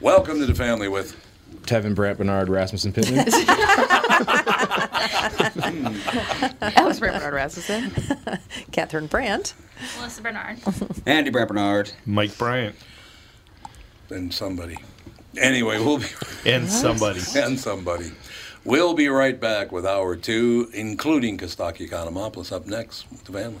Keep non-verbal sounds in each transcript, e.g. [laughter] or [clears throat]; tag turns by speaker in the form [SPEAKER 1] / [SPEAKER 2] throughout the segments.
[SPEAKER 1] Welcome to the family with
[SPEAKER 2] Tevin, Brant, Bernard,
[SPEAKER 3] [laughs]
[SPEAKER 2] Rasmussen, Pittman.
[SPEAKER 4] Alex Brant Bernard Rasmussen.
[SPEAKER 3] [laughs] Catherine Brandt.
[SPEAKER 5] Melissa Bernard.
[SPEAKER 6] Andy Brant Bernard.
[SPEAKER 7] Mike Bryant
[SPEAKER 1] and somebody. Anyway, we'll be
[SPEAKER 7] [laughs] and somebody.
[SPEAKER 1] [laughs] and somebody. We'll be right back with hour two, including Kostaki Economopoulos up next with the family.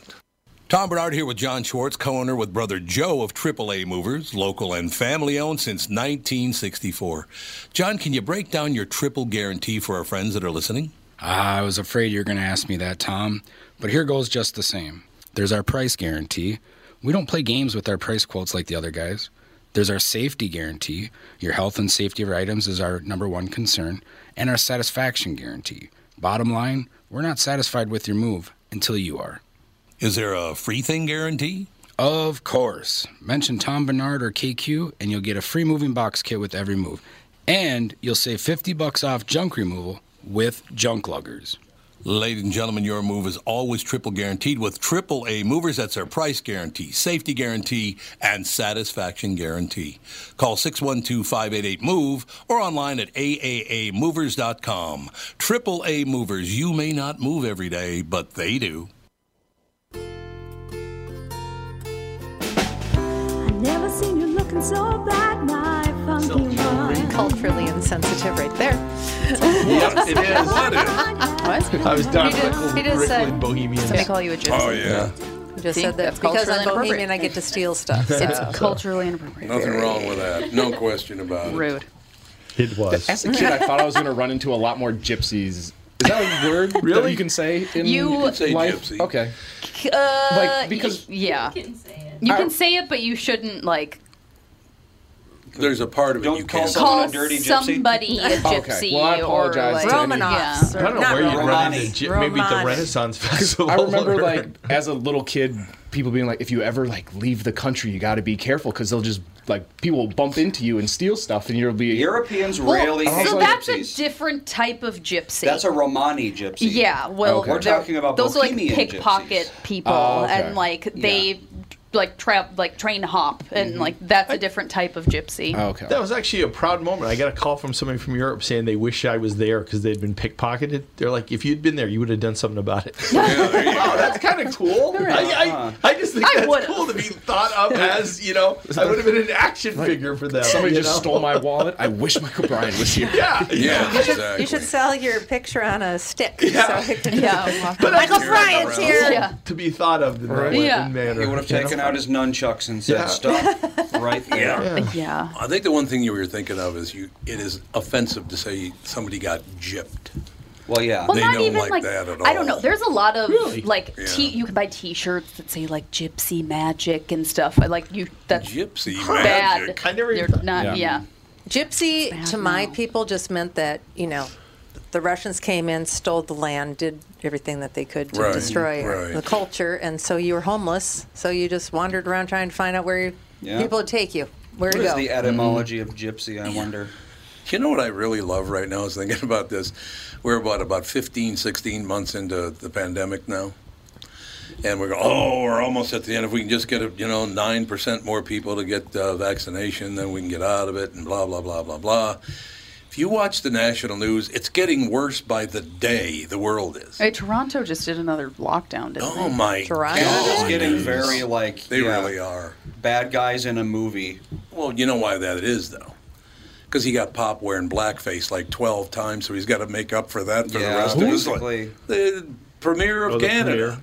[SPEAKER 1] Tom Bernard here with John Schwartz, co owner with brother Joe of AAA Movers, local and family owned since 1964. John, can you break down your triple guarantee for our friends that are listening?
[SPEAKER 8] Ah, I was afraid you were going to ask me that, Tom. But here goes just the same. There's our price guarantee. We don't play games with our price quotes like the other guys. There's our safety guarantee. Your health and safety of your items is our number one concern. And our satisfaction guarantee. Bottom line, we're not satisfied with your move until you are.
[SPEAKER 1] Is there a free thing guarantee?
[SPEAKER 8] Of course. Mention Tom Bernard or KQ and you'll get a free moving box kit with every move. And you'll save 50 bucks off junk removal with junk luggers.
[SPEAKER 1] Ladies and gentlemen, your move is always triple guaranteed with AAA Movers. That's their price guarantee, safety guarantee, and satisfaction guarantee. Call 612-588-MOVE or online at aaamovers.com. AAA Movers, you may not move every day, but they do.
[SPEAKER 9] Never seen you looking so bad, my funky one.
[SPEAKER 3] Culturally insensitive right there.
[SPEAKER 7] yep, it is.
[SPEAKER 4] What?
[SPEAKER 7] I was down
[SPEAKER 4] He just-
[SPEAKER 7] Michael
[SPEAKER 4] he just said-
[SPEAKER 7] Rickland
[SPEAKER 4] Somebody
[SPEAKER 7] Bohemians.
[SPEAKER 4] call you a gypsy.
[SPEAKER 1] Oh, yeah.
[SPEAKER 3] You just
[SPEAKER 4] See?
[SPEAKER 3] said that
[SPEAKER 4] That's
[SPEAKER 3] because
[SPEAKER 4] culturally
[SPEAKER 3] I'm Bohemian,
[SPEAKER 4] inappropriate.
[SPEAKER 3] I get to steal stuff. So.
[SPEAKER 5] It's culturally inappropriate.
[SPEAKER 1] wrong with that.
[SPEAKER 6] [laughs]
[SPEAKER 1] No question about
[SPEAKER 4] Rude.
[SPEAKER 7] It was.
[SPEAKER 2] As a kid, I thought I was going to run into a lot more gypsies. Is that a word that
[SPEAKER 7] Really?
[SPEAKER 2] you can say in
[SPEAKER 4] You- You can
[SPEAKER 1] say
[SPEAKER 2] life?
[SPEAKER 1] gypsy.
[SPEAKER 2] Okay.
[SPEAKER 4] Uh,
[SPEAKER 2] Like, because-
[SPEAKER 4] y- yeah,
[SPEAKER 5] You can say it. You
[SPEAKER 2] I-
[SPEAKER 5] can say it, but you shouldn't like
[SPEAKER 1] There's a part of
[SPEAKER 6] Don't you call can't- someone-
[SPEAKER 5] call
[SPEAKER 6] a dirty gypsy?
[SPEAKER 5] somebody
[SPEAKER 6] [laughs]
[SPEAKER 5] a gypsy
[SPEAKER 2] Well, I
[SPEAKER 5] or
[SPEAKER 2] apologize
[SPEAKER 5] like
[SPEAKER 2] to any-
[SPEAKER 3] Romanovs.
[SPEAKER 7] I don't know
[SPEAKER 3] Not
[SPEAKER 7] where you'd run
[SPEAKER 3] Romanovs.
[SPEAKER 7] into Gy- maybe the
[SPEAKER 3] Romani.
[SPEAKER 7] Renaissance [laughs] Festival.
[SPEAKER 2] I remember,
[SPEAKER 7] or-
[SPEAKER 2] like, as a little kid, people being like, if you ever, like, leave the country, you got to be careful because they'll just, like, people will bump into you and steal stuff, and you'll be.
[SPEAKER 6] Europeans
[SPEAKER 5] Well,
[SPEAKER 6] really hate
[SPEAKER 5] so that's
[SPEAKER 6] gypsies.
[SPEAKER 5] a different type of gypsy.
[SPEAKER 6] That's a Romani gypsy.
[SPEAKER 5] yeah. Well,
[SPEAKER 2] Okay. We're
[SPEAKER 5] they're-
[SPEAKER 6] talking about
[SPEAKER 5] those are like
[SPEAKER 6] Bohemian
[SPEAKER 5] pickpocket
[SPEAKER 6] gypsies.
[SPEAKER 5] people,
[SPEAKER 2] Oh, okay.
[SPEAKER 5] and like they like trap like train hop and like that's a different type of gypsy.
[SPEAKER 7] That was actually a proud moment. I got a call from somebody from Europe saying they wish I was there because they'd been pickpocketed. They're like, if you'd been there, you would have done something
[SPEAKER 2] [laughs]
[SPEAKER 7] about it. oh, that's kind
[SPEAKER 3] [laughs]
[SPEAKER 7] of cool. I, I, I just think
[SPEAKER 5] I
[SPEAKER 7] that's
[SPEAKER 5] would've.
[SPEAKER 7] cool to be thought of as, you know, I would have been an action figure for them.
[SPEAKER 2] Somebody
[SPEAKER 7] you
[SPEAKER 2] just
[SPEAKER 7] know?
[SPEAKER 2] stole
[SPEAKER 7] [laughs]
[SPEAKER 2] my wallet. I wish Michael Bryan was here.
[SPEAKER 7] Yeah.
[SPEAKER 1] Yeah,
[SPEAKER 3] You should,
[SPEAKER 1] exactly.
[SPEAKER 3] you should sell your picture on a stick.
[SPEAKER 7] Yeah.
[SPEAKER 3] So it can, [laughs]
[SPEAKER 5] Yeah.
[SPEAKER 3] Michael Bryan's here.
[SPEAKER 5] Yeah.
[SPEAKER 7] To be thought of in that
[SPEAKER 2] Right.
[SPEAKER 7] way
[SPEAKER 5] Yeah.
[SPEAKER 7] and manner.
[SPEAKER 6] He would have
[SPEAKER 7] you know?
[SPEAKER 6] taken out his nunchucks and said
[SPEAKER 7] Yeah. [laughs]
[SPEAKER 6] stuff right there.
[SPEAKER 7] Yeah.
[SPEAKER 5] Yeah.
[SPEAKER 1] I think the one thing you were thinking of is you. It is offensive to say somebody got gypped.
[SPEAKER 6] Well, yeah.
[SPEAKER 5] Well,
[SPEAKER 1] They
[SPEAKER 5] not
[SPEAKER 1] don't
[SPEAKER 5] even
[SPEAKER 1] like
[SPEAKER 5] like,
[SPEAKER 1] that at
[SPEAKER 5] I don't
[SPEAKER 1] all.
[SPEAKER 5] know. There's a lot of like t-
[SPEAKER 1] Yeah.
[SPEAKER 5] you can buy T-shirts that say like Gypsy Magic and stuff. I like you. That's
[SPEAKER 1] Gypsy
[SPEAKER 5] bad.
[SPEAKER 1] magic.
[SPEAKER 7] I never
[SPEAKER 5] They're
[SPEAKER 7] even thought-
[SPEAKER 5] not.
[SPEAKER 8] Yeah.
[SPEAKER 5] Yeah.
[SPEAKER 3] Gypsy, to my
[SPEAKER 5] now.
[SPEAKER 3] people, just meant that, you know, the Russians came in, stole the land, did everything that they could to
[SPEAKER 1] Right,
[SPEAKER 3] destroy
[SPEAKER 1] right.
[SPEAKER 3] the culture, and so you were homeless. So you just wandered around trying to find out where you,
[SPEAKER 6] Yeah.
[SPEAKER 3] people would take you, where
[SPEAKER 6] What
[SPEAKER 3] to
[SPEAKER 6] is
[SPEAKER 3] go.
[SPEAKER 6] the etymology of gypsy, I wonder?
[SPEAKER 1] You know what I really love right now is thinking [laughs] about this. We're about about 15, 16 months into the pandemic now. And we're going, oh, we're almost at the end. If we can just get, you know, 9% more people to get uh, vaccination, then we can get out of it and blah, blah, blah, blah, blah. If you watch the national news, it's getting worse by the day, the world is.
[SPEAKER 5] Hey, Toronto just did another lockdown, didn't
[SPEAKER 1] Oh,
[SPEAKER 5] they?
[SPEAKER 1] my
[SPEAKER 3] Toronto?
[SPEAKER 1] God.
[SPEAKER 6] It's getting very like
[SPEAKER 1] They
[SPEAKER 6] yeah,
[SPEAKER 1] really are.
[SPEAKER 6] bad guys in a movie.
[SPEAKER 1] Well, you know why that is, though. Because he got pop wearing blackface like 12 times, so he's got to make up for that for the
[SPEAKER 6] Yeah,
[SPEAKER 1] rest of his
[SPEAKER 6] basically.
[SPEAKER 1] life. The premier of
[SPEAKER 7] Oh, the
[SPEAKER 1] Canada.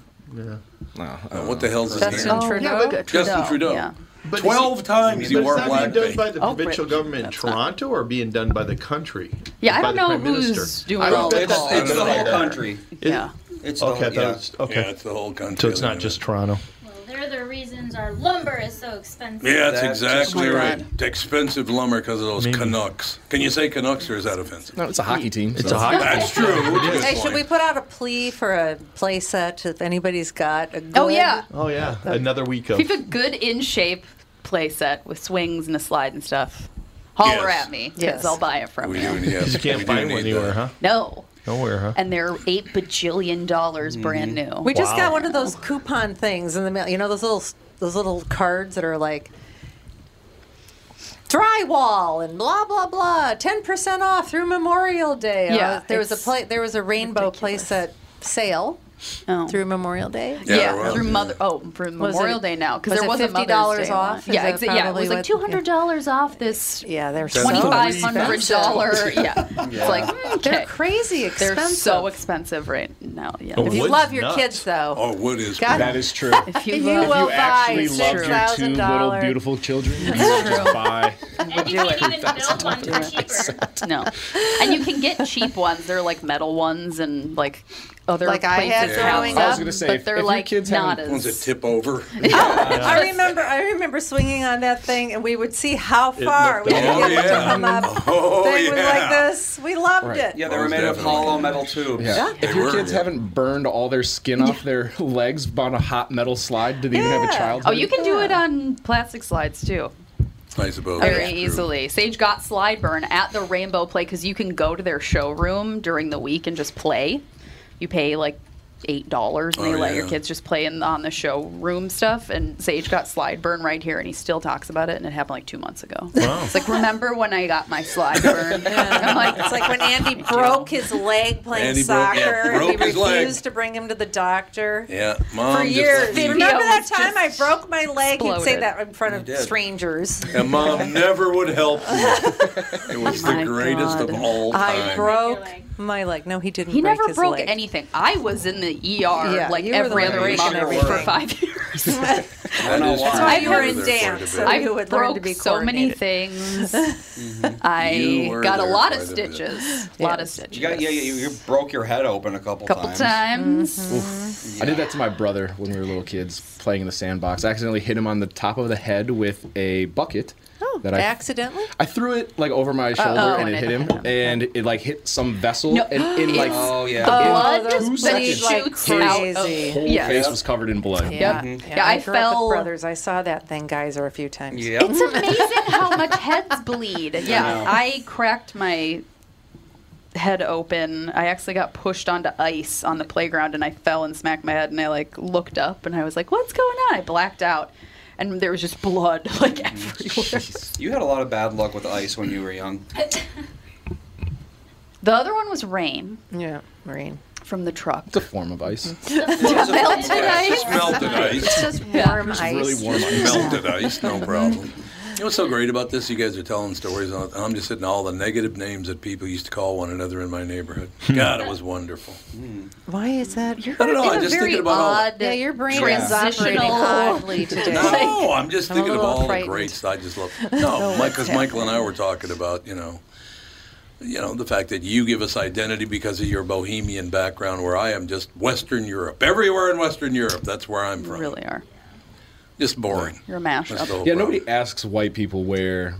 [SPEAKER 1] Uh, what the hell's his
[SPEAKER 3] Justin
[SPEAKER 1] name?
[SPEAKER 3] Trudeau.
[SPEAKER 5] Yeah, but-
[SPEAKER 1] Justin Trudeau.
[SPEAKER 5] Yeah.
[SPEAKER 7] But
[SPEAKER 1] 12
[SPEAKER 7] is it-
[SPEAKER 1] times he
[SPEAKER 7] but
[SPEAKER 1] wore
[SPEAKER 7] it's not being done by
[SPEAKER 1] blackface.
[SPEAKER 7] the
[SPEAKER 5] Oh,
[SPEAKER 7] provincial
[SPEAKER 5] right.
[SPEAKER 7] government in
[SPEAKER 5] That's not-
[SPEAKER 7] Toronto or being done by the country?
[SPEAKER 5] Yeah, I
[SPEAKER 7] By
[SPEAKER 5] don't
[SPEAKER 7] the
[SPEAKER 5] know
[SPEAKER 7] Prime
[SPEAKER 5] who's
[SPEAKER 7] Minister?
[SPEAKER 5] doing
[SPEAKER 7] I don't
[SPEAKER 5] all
[SPEAKER 7] think
[SPEAKER 5] of
[SPEAKER 6] It's,
[SPEAKER 5] that.
[SPEAKER 6] it's the whole
[SPEAKER 7] there.
[SPEAKER 6] country.
[SPEAKER 5] Yeah.
[SPEAKER 6] It's
[SPEAKER 7] Okay, I
[SPEAKER 6] the,
[SPEAKER 7] thought
[SPEAKER 6] yeah.
[SPEAKER 7] it was- okay.
[SPEAKER 1] Yeah, it's the whole country.
[SPEAKER 7] so it's
[SPEAKER 1] living
[SPEAKER 7] not
[SPEAKER 1] in
[SPEAKER 7] just
[SPEAKER 1] it.
[SPEAKER 7] Toronto.
[SPEAKER 10] Well, they're the reasons our lumber is so expensive.
[SPEAKER 1] Yeah, that's
[SPEAKER 6] That's
[SPEAKER 1] exactly
[SPEAKER 6] just-
[SPEAKER 1] right. Expensive lumber because of those Canucks. Can you say Canucks or is that offensive?
[SPEAKER 2] No, it's a hockey team.
[SPEAKER 7] It's
[SPEAKER 2] so-
[SPEAKER 7] a hockey.
[SPEAKER 1] That's true. Good
[SPEAKER 3] Hey, should we
[SPEAKER 1] point.
[SPEAKER 3] put out a plea for a play set if anybody's got a good
[SPEAKER 5] Oh yeah.
[SPEAKER 7] Oh yeah, another week of.
[SPEAKER 5] If you have a good in shape play set with swings and a slide and stuff, holler
[SPEAKER 1] Yes.
[SPEAKER 5] at me because
[SPEAKER 3] Yes.
[SPEAKER 5] I'll buy it from
[SPEAKER 1] We
[SPEAKER 5] you.
[SPEAKER 1] do, [laughs] yeah.
[SPEAKER 7] You can't
[SPEAKER 1] We do
[SPEAKER 7] find one
[SPEAKER 1] need
[SPEAKER 7] anywhere,
[SPEAKER 1] that.
[SPEAKER 7] huh?
[SPEAKER 5] No.
[SPEAKER 7] Nowhere, huh?
[SPEAKER 5] And they're eight bajillion dollars
[SPEAKER 1] Mm-hmm.
[SPEAKER 5] brand new.
[SPEAKER 3] We just
[SPEAKER 7] Wow.
[SPEAKER 3] got one of those coupon things in the mail. You know those little those little cards that are like drywall and blah blah blah, ten percent off through Memorial Day.
[SPEAKER 5] Yeah,
[SPEAKER 3] Uh, there was a
[SPEAKER 5] it's
[SPEAKER 3] play, there was a rainbow
[SPEAKER 5] ridiculous.
[SPEAKER 3] playset sale
[SPEAKER 5] Oh.
[SPEAKER 3] through Memorial Day.
[SPEAKER 1] Yeah,
[SPEAKER 5] Yeah,
[SPEAKER 1] there was,
[SPEAKER 5] through
[SPEAKER 1] yeah.
[SPEAKER 5] Mother. Oh, for Memorial
[SPEAKER 3] it-
[SPEAKER 5] Day now because
[SPEAKER 3] was
[SPEAKER 5] there
[SPEAKER 3] it
[SPEAKER 5] was a
[SPEAKER 3] $50
[SPEAKER 5] Mother's Day
[SPEAKER 3] off?
[SPEAKER 5] one.
[SPEAKER 3] Is
[SPEAKER 5] Yeah,
[SPEAKER 3] that
[SPEAKER 5] exa- yeah, it was
[SPEAKER 3] probably
[SPEAKER 5] like
[SPEAKER 3] what-
[SPEAKER 5] two hundred dollars off this.
[SPEAKER 3] Yeah, they're so
[SPEAKER 5] Twenty five hundred
[SPEAKER 3] expensive.
[SPEAKER 5] dollar.
[SPEAKER 3] [laughs]
[SPEAKER 5] Yeah, it's like mm,
[SPEAKER 3] They're
[SPEAKER 5] okay.
[SPEAKER 3] crazy expensive.
[SPEAKER 5] They're so expensive right now. Yeah,
[SPEAKER 7] Oh,
[SPEAKER 3] If you
[SPEAKER 7] Wood's
[SPEAKER 3] love your
[SPEAKER 7] nuts.
[SPEAKER 3] kids, though,
[SPEAKER 1] Oh, wood is.
[SPEAKER 3] God,
[SPEAKER 1] pretty.
[SPEAKER 2] That is true.
[SPEAKER 5] if you,
[SPEAKER 3] you
[SPEAKER 5] love,
[SPEAKER 3] will
[SPEAKER 2] you
[SPEAKER 3] buy
[SPEAKER 2] actually loved your two little
[SPEAKER 3] $6,000
[SPEAKER 2] beautiful children, you would just buy.
[SPEAKER 10] And you can't even build one for cheaper.
[SPEAKER 5] no, and you can get cheap ones. They're like metal ones and like other
[SPEAKER 3] Like I
[SPEAKER 5] places
[SPEAKER 3] had
[SPEAKER 5] have
[SPEAKER 3] growing
[SPEAKER 5] them,
[SPEAKER 3] I was
[SPEAKER 2] gonna say, if-
[SPEAKER 5] but they're
[SPEAKER 2] if your
[SPEAKER 5] like
[SPEAKER 2] kids haven't-
[SPEAKER 5] not
[SPEAKER 1] One's a
[SPEAKER 5] as.
[SPEAKER 1] tip
[SPEAKER 5] [laughs]
[SPEAKER 1] over.
[SPEAKER 3] I remember. I remember swinging on that thing, and we would see how far we
[SPEAKER 7] looked
[SPEAKER 3] could
[SPEAKER 1] up.
[SPEAKER 3] get it to
[SPEAKER 1] Oh, yeah.
[SPEAKER 3] come up.
[SPEAKER 1] [laughs] Oh,
[SPEAKER 3] they was
[SPEAKER 1] yeah.
[SPEAKER 3] like this. We loved it.
[SPEAKER 6] Yeah, they were
[SPEAKER 1] Most
[SPEAKER 6] made of
[SPEAKER 1] definitely.
[SPEAKER 6] hollow metal tubes.
[SPEAKER 2] Yeah.
[SPEAKER 1] They
[SPEAKER 2] If your
[SPEAKER 1] were,
[SPEAKER 2] kids
[SPEAKER 1] yeah.
[SPEAKER 2] haven't burned all their skin off their [laughs] legs on a hot metal slide, do they even have a
[SPEAKER 3] Yeah.
[SPEAKER 2] childhood?
[SPEAKER 5] Oh, you can do it on plastic slides too.
[SPEAKER 1] I suppose.
[SPEAKER 5] very
[SPEAKER 1] that's true.
[SPEAKER 5] easily. Sage got slide burn at the Rainbow Play because you can go to their showroom during the week and just play. You pay like eight dollars and they
[SPEAKER 1] Oh,
[SPEAKER 5] let your
[SPEAKER 1] yeah.
[SPEAKER 5] kids just play in on the showroom stuff. And Sage got slide burn right here, and he still talks about it. And it happened like two months ago. [laughs] It's like remember when I got my slide burn? I'm like,
[SPEAKER 3] It's like when
[SPEAKER 1] [laughs]
[SPEAKER 3] Andy broke his leg playing
[SPEAKER 1] Andy broke- yeah,
[SPEAKER 3] soccer, and he
[SPEAKER 1] broke
[SPEAKER 3] refused
[SPEAKER 1] his leg.
[SPEAKER 3] to bring him to the doctor
[SPEAKER 1] Yeah, mom.
[SPEAKER 3] for
[SPEAKER 1] just
[SPEAKER 3] years.
[SPEAKER 1] let me-
[SPEAKER 5] Video
[SPEAKER 3] Remember that
[SPEAKER 5] was
[SPEAKER 3] time I
[SPEAKER 5] just
[SPEAKER 3] broke my leg? He'd say
[SPEAKER 5] exploded.
[SPEAKER 3] that in front
[SPEAKER 6] He
[SPEAKER 3] of
[SPEAKER 6] did.
[SPEAKER 3] strangers.
[SPEAKER 1] And mom never would help [laughs] you. It was the
[SPEAKER 5] My
[SPEAKER 1] greatest
[SPEAKER 5] God.
[SPEAKER 1] of all time.
[SPEAKER 3] I
[SPEAKER 1] [laughs]
[SPEAKER 3] broke my leg. No, he didn't.
[SPEAKER 5] he
[SPEAKER 3] break
[SPEAKER 5] never
[SPEAKER 3] his
[SPEAKER 5] broke
[SPEAKER 3] leg.
[SPEAKER 5] anything. I was in the ER
[SPEAKER 3] Yeah,
[SPEAKER 5] like
[SPEAKER 3] you were the
[SPEAKER 5] every
[SPEAKER 3] one
[SPEAKER 5] other
[SPEAKER 3] breaking
[SPEAKER 5] month for [laughs]
[SPEAKER 3] everything.
[SPEAKER 5] five years.
[SPEAKER 1] That
[SPEAKER 6] know
[SPEAKER 1] is
[SPEAKER 6] why.
[SPEAKER 1] true.
[SPEAKER 3] That's why you were
[SPEAKER 1] You
[SPEAKER 3] in
[SPEAKER 1] were there for
[SPEAKER 3] dance,
[SPEAKER 1] quite a
[SPEAKER 3] so
[SPEAKER 1] bit.
[SPEAKER 5] I
[SPEAKER 3] you would learn
[SPEAKER 5] broke
[SPEAKER 3] to be
[SPEAKER 5] so many
[SPEAKER 3] coordinated. [laughs]
[SPEAKER 5] things.
[SPEAKER 1] Mm-hmm. You
[SPEAKER 5] I
[SPEAKER 1] were
[SPEAKER 5] got a
[SPEAKER 1] there
[SPEAKER 5] lot
[SPEAKER 1] quite
[SPEAKER 5] of
[SPEAKER 1] a bit.
[SPEAKER 5] stitches. A lot of
[SPEAKER 3] Yes.
[SPEAKER 5] stitches.
[SPEAKER 6] You got yeah, yeah, you, you broke your head open a couple,
[SPEAKER 5] couple
[SPEAKER 6] times. [laughs]
[SPEAKER 5] times.
[SPEAKER 2] Mm-hmm. I did that to my brother when we were little kids playing in the sandbox. I accidentally hit him on the top of the head with a bucket.
[SPEAKER 3] Oh,
[SPEAKER 2] that I
[SPEAKER 3] accidentally?
[SPEAKER 2] I threw it like over my shoulder
[SPEAKER 5] oh,
[SPEAKER 2] and it
[SPEAKER 5] and
[SPEAKER 2] hit
[SPEAKER 5] it
[SPEAKER 2] him,
[SPEAKER 5] hit him.
[SPEAKER 2] and it like hit some vessel,
[SPEAKER 5] No,
[SPEAKER 2] and
[SPEAKER 5] [gasps]
[SPEAKER 2] in like
[SPEAKER 6] Oh yeah.
[SPEAKER 5] The
[SPEAKER 2] in
[SPEAKER 5] blood
[SPEAKER 2] two
[SPEAKER 5] just then
[SPEAKER 2] seconds,
[SPEAKER 5] shoots
[SPEAKER 2] his
[SPEAKER 5] out. Of,
[SPEAKER 3] crazy.
[SPEAKER 2] whole
[SPEAKER 5] Oh, yeah.
[SPEAKER 2] face was covered in blood.
[SPEAKER 3] Yeah,
[SPEAKER 5] Mhm.
[SPEAKER 3] yeah.
[SPEAKER 5] Yeah,
[SPEAKER 3] I,
[SPEAKER 5] I
[SPEAKER 3] grew up
[SPEAKER 5] fell-
[SPEAKER 3] with brothers. I saw that thing, geyser, a few times.
[SPEAKER 6] Yep.
[SPEAKER 5] It's amazing how much heads
[SPEAKER 1] [laughs]
[SPEAKER 5] bleed. Yeah, I cracked my head open. I actually got pushed onto ice on the playground and I fell and smacked my head and I like looked up and I was like, "What's going on?" I blacked out. and there was just blood [laughs] like
[SPEAKER 1] Mm.
[SPEAKER 5] everywhere.
[SPEAKER 6] You had a lot of bad luck with ice when you were young.
[SPEAKER 5] The other one was rain.
[SPEAKER 3] Yeah, rain
[SPEAKER 5] from the truck.
[SPEAKER 2] It's a form of
[SPEAKER 5] [laughs]
[SPEAKER 2] ice.
[SPEAKER 5] Mm-hmm. Just melted
[SPEAKER 1] ice. Just [laughs] melted ice.
[SPEAKER 5] It's just
[SPEAKER 1] Yeah.
[SPEAKER 5] warm
[SPEAKER 1] Just
[SPEAKER 5] ice.
[SPEAKER 1] really warm ice. Melted ice, [laughs] no problem. You know what's so great about this? You guys are telling stories, on, and I'm just hitting all the negative names that people used to call one another in my neighborhood. God, it was wonderful.
[SPEAKER 3] Why is that? You're
[SPEAKER 1] I don't know, I'm just thinking about all-
[SPEAKER 3] yeah, your brain is operating
[SPEAKER 5] transitional- [laughs]
[SPEAKER 3] oddly today.
[SPEAKER 1] No, I'm just
[SPEAKER 3] I'm a
[SPEAKER 1] thinking of
[SPEAKER 3] little
[SPEAKER 1] all the
[SPEAKER 3] frightened.
[SPEAKER 1] greats I just love.
[SPEAKER 3] No,
[SPEAKER 1] No, because
[SPEAKER 3] what's
[SPEAKER 1] Michael and I were talking about, you know, you know, the fact that you give us identity because of your bohemian background, where I am just Western Europe. Everywhere in Western Europe, that's where I'm from.
[SPEAKER 5] really are.
[SPEAKER 1] Just boring.
[SPEAKER 5] You're a
[SPEAKER 1] That's the whole
[SPEAKER 5] mashup.
[SPEAKER 2] Yeah,
[SPEAKER 1] problem.
[SPEAKER 2] nobody asks white people where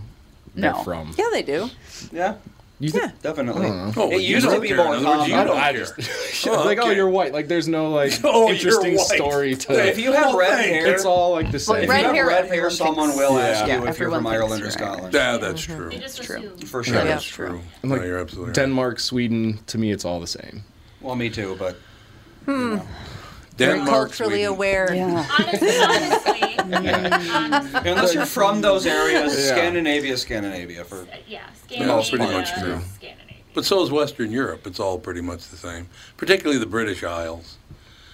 [SPEAKER 2] they're
[SPEAKER 5] No.
[SPEAKER 2] from.
[SPEAKER 3] Yeah, they do.
[SPEAKER 6] Yeah.
[SPEAKER 2] You think?
[SPEAKER 6] Definitely.
[SPEAKER 2] I Oh, don't know.
[SPEAKER 6] it used to be more common.
[SPEAKER 2] I don't- I [laughs] just- it's like, oh, you're white. Like, there's no [laughs] like
[SPEAKER 6] Oh,
[SPEAKER 2] interesting
[SPEAKER 6] you're white.
[SPEAKER 2] story to.
[SPEAKER 6] If you have red hair,
[SPEAKER 2] it's all like the
[SPEAKER 6] Well,
[SPEAKER 2] same.
[SPEAKER 6] if you have red hair, someone will ask you Oh, if you're
[SPEAKER 2] everyone
[SPEAKER 6] from
[SPEAKER 2] thinks
[SPEAKER 6] Ireland or
[SPEAKER 2] you're
[SPEAKER 6] Scotland.
[SPEAKER 1] Yeah, that's true.
[SPEAKER 10] It's true.
[SPEAKER 6] For sure.
[SPEAKER 2] Yeah.
[SPEAKER 6] That's true.
[SPEAKER 2] I'm like, Denmark, Sweden. To me, it's all the same.
[SPEAKER 6] Well, me too, but
[SPEAKER 3] Hmm.
[SPEAKER 2] Denmark,
[SPEAKER 3] culturally aware. [laughs]
[SPEAKER 6] unless you're from those areas,
[SPEAKER 1] Yeah.
[SPEAKER 6] Scandinavia, Scandinavia for
[SPEAKER 10] yeah,
[SPEAKER 1] All pretty much true. But so is Western Europe. It's all pretty much the same, particularly the British Isles.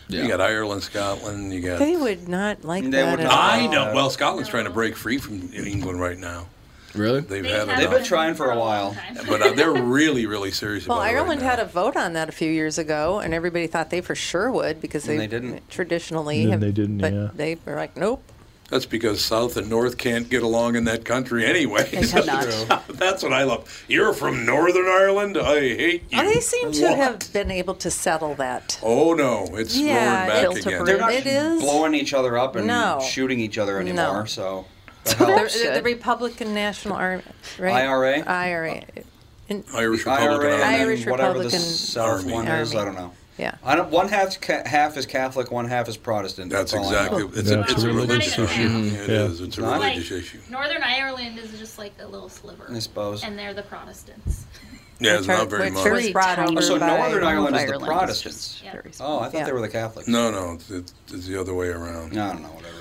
[SPEAKER 1] You got Ireland, Scotland. You got.
[SPEAKER 3] They would not like
[SPEAKER 1] They
[SPEAKER 3] that.
[SPEAKER 1] would
[SPEAKER 3] at
[SPEAKER 1] not- I
[SPEAKER 3] all.
[SPEAKER 1] know. Well, Scotland's trying to break free from England right now.
[SPEAKER 2] Really?
[SPEAKER 1] They've had
[SPEAKER 6] They've
[SPEAKER 1] enough.
[SPEAKER 6] been trying for a while.
[SPEAKER 1] but uh, they're really, really serious
[SPEAKER 3] Well,
[SPEAKER 1] about it.
[SPEAKER 3] Ireland had a vote on that a few years ago, and everybody thought they for sure would because they,
[SPEAKER 1] And they didn't.
[SPEAKER 3] traditionally
[SPEAKER 1] And
[SPEAKER 3] have.
[SPEAKER 1] they didn't,
[SPEAKER 3] but
[SPEAKER 1] yeah.
[SPEAKER 3] they were like, nope.
[SPEAKER 1] That's because South and North can't get along in that country anyway.
[SPEAKER 3] They cannot.
[SPEAKER 1] [laughs] That's what I love. You're from Northern Ireland. I hate you.
[SPEAKER 3] Oh, they seem to
[SPEAKER 1] What?
[SPEAKER 3] have been able to settle that.
[SPEAKER 1] Oh no, it's
[SPEAKER 3] Yeah,
[SPEAKER 1] roaring back
[SPEAKER 3] it's-
[SPEAKER 1] again.
[SPEAKER 6] They're not
[SPEAKER 3] It is-
[SPEAKER 6] blowing each other up and
[SPEAKER 3] No.
[SPEAKER 6] shooting each other
[SPEAKER 3] No.
[SPEAKER 6] anymore. So
[SPEAKER 3] The, the- the Republican National Army, right?
[SPEAKER 6] IRA?
[SPEAKER 3] IRA. In-
[SPEAKER 1] Irish
[SPEAKER 6] IRA,
[SPEAKER 1] Republican.
[SPEAKER 6] and
[SPEAKER 3] Irish
[SPEAKER 6] whatever the
[SPEAKER 3] Republican
[SPEAKER 6] South
[SPEAKER 1] Army.
[SPEAKER 6] one is, I
[SPEAKER 1] Army.
[SPEAKER 6] don't know.
[SPEAKER 3] Yeah.
[SPEAKER 6] I don't, one half ca- half is Catholic, one half is Protestant. That's, all
[SPEAKER 1] exactly-
[SPEAKER 6] I know.
[SPEAKER 1] it's a- That's it's a a religious religious issue.
[SPEAKER 2] Mm-hmm.
[SPEAKER 1] issue. Yeah, it is. It's a
[SPEAKER 6] not?
[SPEAKER 1] religious issue.
[SPEAKER 10] Northern Ireland is just like a little sliver.
[SPEAKER 6] I suppose.
[SPEAKER 10] And they're the Protestants.
[SPEAKER 1] Yeah, it's not very
[SPEAKER 3] Which
[SPEAKER 1] much.
[SPEAKER 3] was brought over
[SPEAKER 6] So
[SPEAKER 3] by-
[SPEAKER 6] Northern Ireland is the
[SPEAKER 3] Ireland is
[SPEAKER 6] Protestants. Oh, I thought
[SPEAKER 3] Yeah.
[SPEAKER 6] they were the Catholics.
[SPEAKER 1] No, no, it's, it's it's the other way around.
[SPEAKER 6] I don't know, whatever.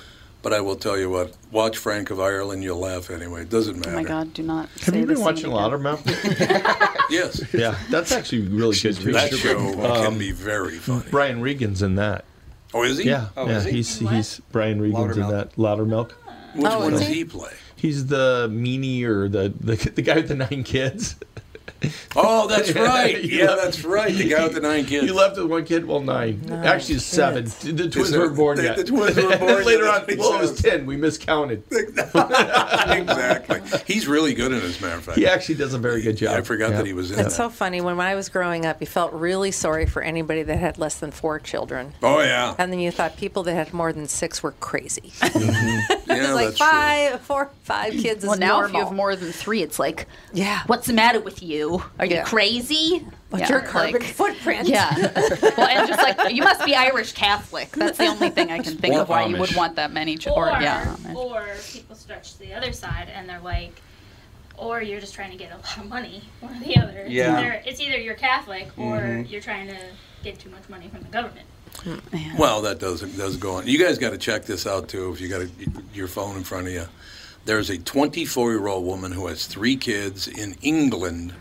[SPEAKER 1] But I will tell you what. Watch Frank of Ireland. You'll laugh anyway. It doesn't matter.
[SPEAKER 5] Oh my God! Do not.
[SPEAKER 1] Have
[SPEAKER 5] say
[SPEAKER 1] you been
[SPEAKER 5] the same
[SPEAKER 1] watching
[SPEAKER 5] again.
[SPEAKER 11] Loudermouth?
[SPEAKER 1] [laughs] yes.
[SPEAKER 11] Yeah, that's actually really good.
[SPEAKER 1] That
[SPEAKER 11] research.
[SPEAKER 1] show can
[SPEAKER 11] Um,
[SPEAKER 1] be very funny.
[SPEAKER 11] Brian Regan's in that.
[SPEAKER 1] Oh, is he?
[SPEAKER 11] Yeah,
[SPEAKER 1] Oh,
[SPEAKER 11] yeah.
[SPEAKER 1] is he?
[SPEAKER 11] He's he's Brian Regan's in
[SPEAKER 1] Loudermilk.
[SPEAKER 11] that. Louder milk.
[SPEAKER 1] Which
[SPEAKER 5] Oh,
[SPEAKER 1] one does he play?
[SPEAKER 11] He's the meanie or the the, the guy with the nine kids.
[SPEAKER 1] Oh,
[SPEAKER 11] [laughs]
[SPEAKER 1] that's right.
[SPEAKER 11] You
[SPEAKER 1] Yeah,
[SPEAKER 11] left-
[SPEAKER 1] that's right. The guy with the nine kids.
[SPEAKER 11] You left with one kid. Well, nine.
[SPEAKER 5] Oh,
[SPEAKER 1] Nine
[SPEAKER 11] Actually, it's seven.
[SPEAKER 1] kids.
[SPEAKER 11] The
[SPEAKER 1] Is
[SPEAKER 11] twins
[SPEAKER 1] there-
[SPEAKER 11] weren't born
[SPEAKER 1] the-
[SPEAKER 11] yet.
[SPEAKER 1] the
[SPEAKER 11] [laughs]
[SPEAKER 1] twins weren't
[SPEAKER 11] And then
[SPEAKER 1] born yet.
[SPEAKER 11] later on,
[SPEAKER 1] That makes
[SPEAKER 11] well, it was ten. We miscounted.
[SPEAKER 1] [laughs] exactly. He's really good in it, as a matter of fact.
[SPEAKER 11] He actually does a very good job.
[SPEAKER 1] I forgot that he was in
[SPEAKER 3] That's
[SPEAKER 1] it.
[SPEAKER 3] so funny. When I was growing up, you felt really sorry for anybody that had less than four children.
[SPEAKER 1] Oh, yeah.
[SPEAKER 3] And then you thought people that had more than six were crazy.
[SPEAKER 1] yeah,
[SPEAKER 3] it was like
[SPEAKER 1] that's true.
[SPEAKER 3] five, four,
[SPEAKER 5] [clears throat]
[SPEAKER 3] five kids is
[SPEAKER 5] Well, now if you
[SPEAKER 3] normal.
[SPEAKER 5] have more than three, it's like,
[SPEAKER 3] yeah,
[SPEAKER 5] what's the matter with you? Are you
[SPEAKER 3] Yeah.
[SPEAKER 5] crazy?
[SPEAKER 3] What's
[SPEAKER 5] Yeah,
[SPEAKER 3] your carbon footprint? [laughs]
[SPEAKER 5] Yeah. well, and just like you must be Irish Catholic. That's the only thing I can think
[SPEAKER 10] Or
[SPEAKER 5] of why you would
[SPEAKER 10] Amish.
[SPEAKER 5] want that many. Ch-
[SPEAKER 10] Or,
[SPEAKER 5] or yeah, Amish.
[SPEAKER 10] or people stretch to the other side and they're like, or you're just trying to get a lot of money, one or the other. It's
[SPEAKER 1] Yeah.
[SPEAKER 10] either- It's either you're Catholic or
[SPEAKER 1] Mhm.
[SPEAKER 10] you're trying to get too much money from the government.
[SPEAKER 1] Well, that does does go on. You guys got to check this out too. If you got a, your phone in front of you, there's a 24 year old woman who has three kids in England,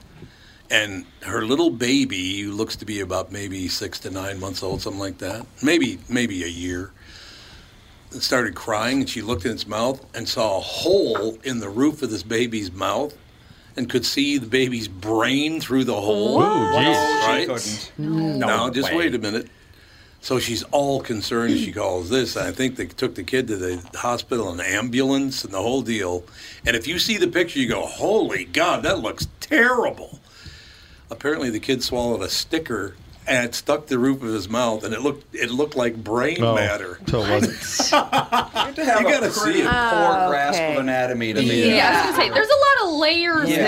[SPEAKER 1] and her little baby who looks to be about maybe six to nine months old, something like that, maybe maybe a year. Started crying, and she looked in its mouth and saw a hole in the roof of this baby's mouth, and could see the baby's brain through the hole.
[SPEAKER 11] Ooh, geez.
[SPEAKER 1] Right?
[SPEAKER 11] No, she
[SPEAKER 1] No,
[SPEAKER 11] couldn't. No
[SPEAKER 1] just
[SPEAKER 11] way.
[SPEAKER 1] wait a minute. So she's all concerned. She calls this. I think they took the kid to the hospital, an ambulance, and the whole deal. And if you see the picture, you go, "Holy God, that looks terrible." Apparently, the kid swallowed a sticker and it stuck the roof of his mouth, and it looked it looked like brain
[SPEAKER 11] Oh,
[SPEAKER 1] matter.
[SPEAKER 11] so it wasn't.
[SPEAKER 6] You have
[SPEAKER 1] You
[SPEAKER 6] a
[SPEAKER 1] gotta see
[SPEAKER 6] pretty
[SPEAKER 1] it.
[SPEAKER 6] poor
[SPEAKER 1] Oh,
[SPEAKER 6] grasp
[SPEAKER 1] okay.
[SPEAKER 6] of anatomy to
[SPEAKER 5] Yeah,
[SPEAKER 6] be
[SPEAKER 5] I [laughs] was gonna say there's a lot of layers
[SPEAKER 6] Yeah.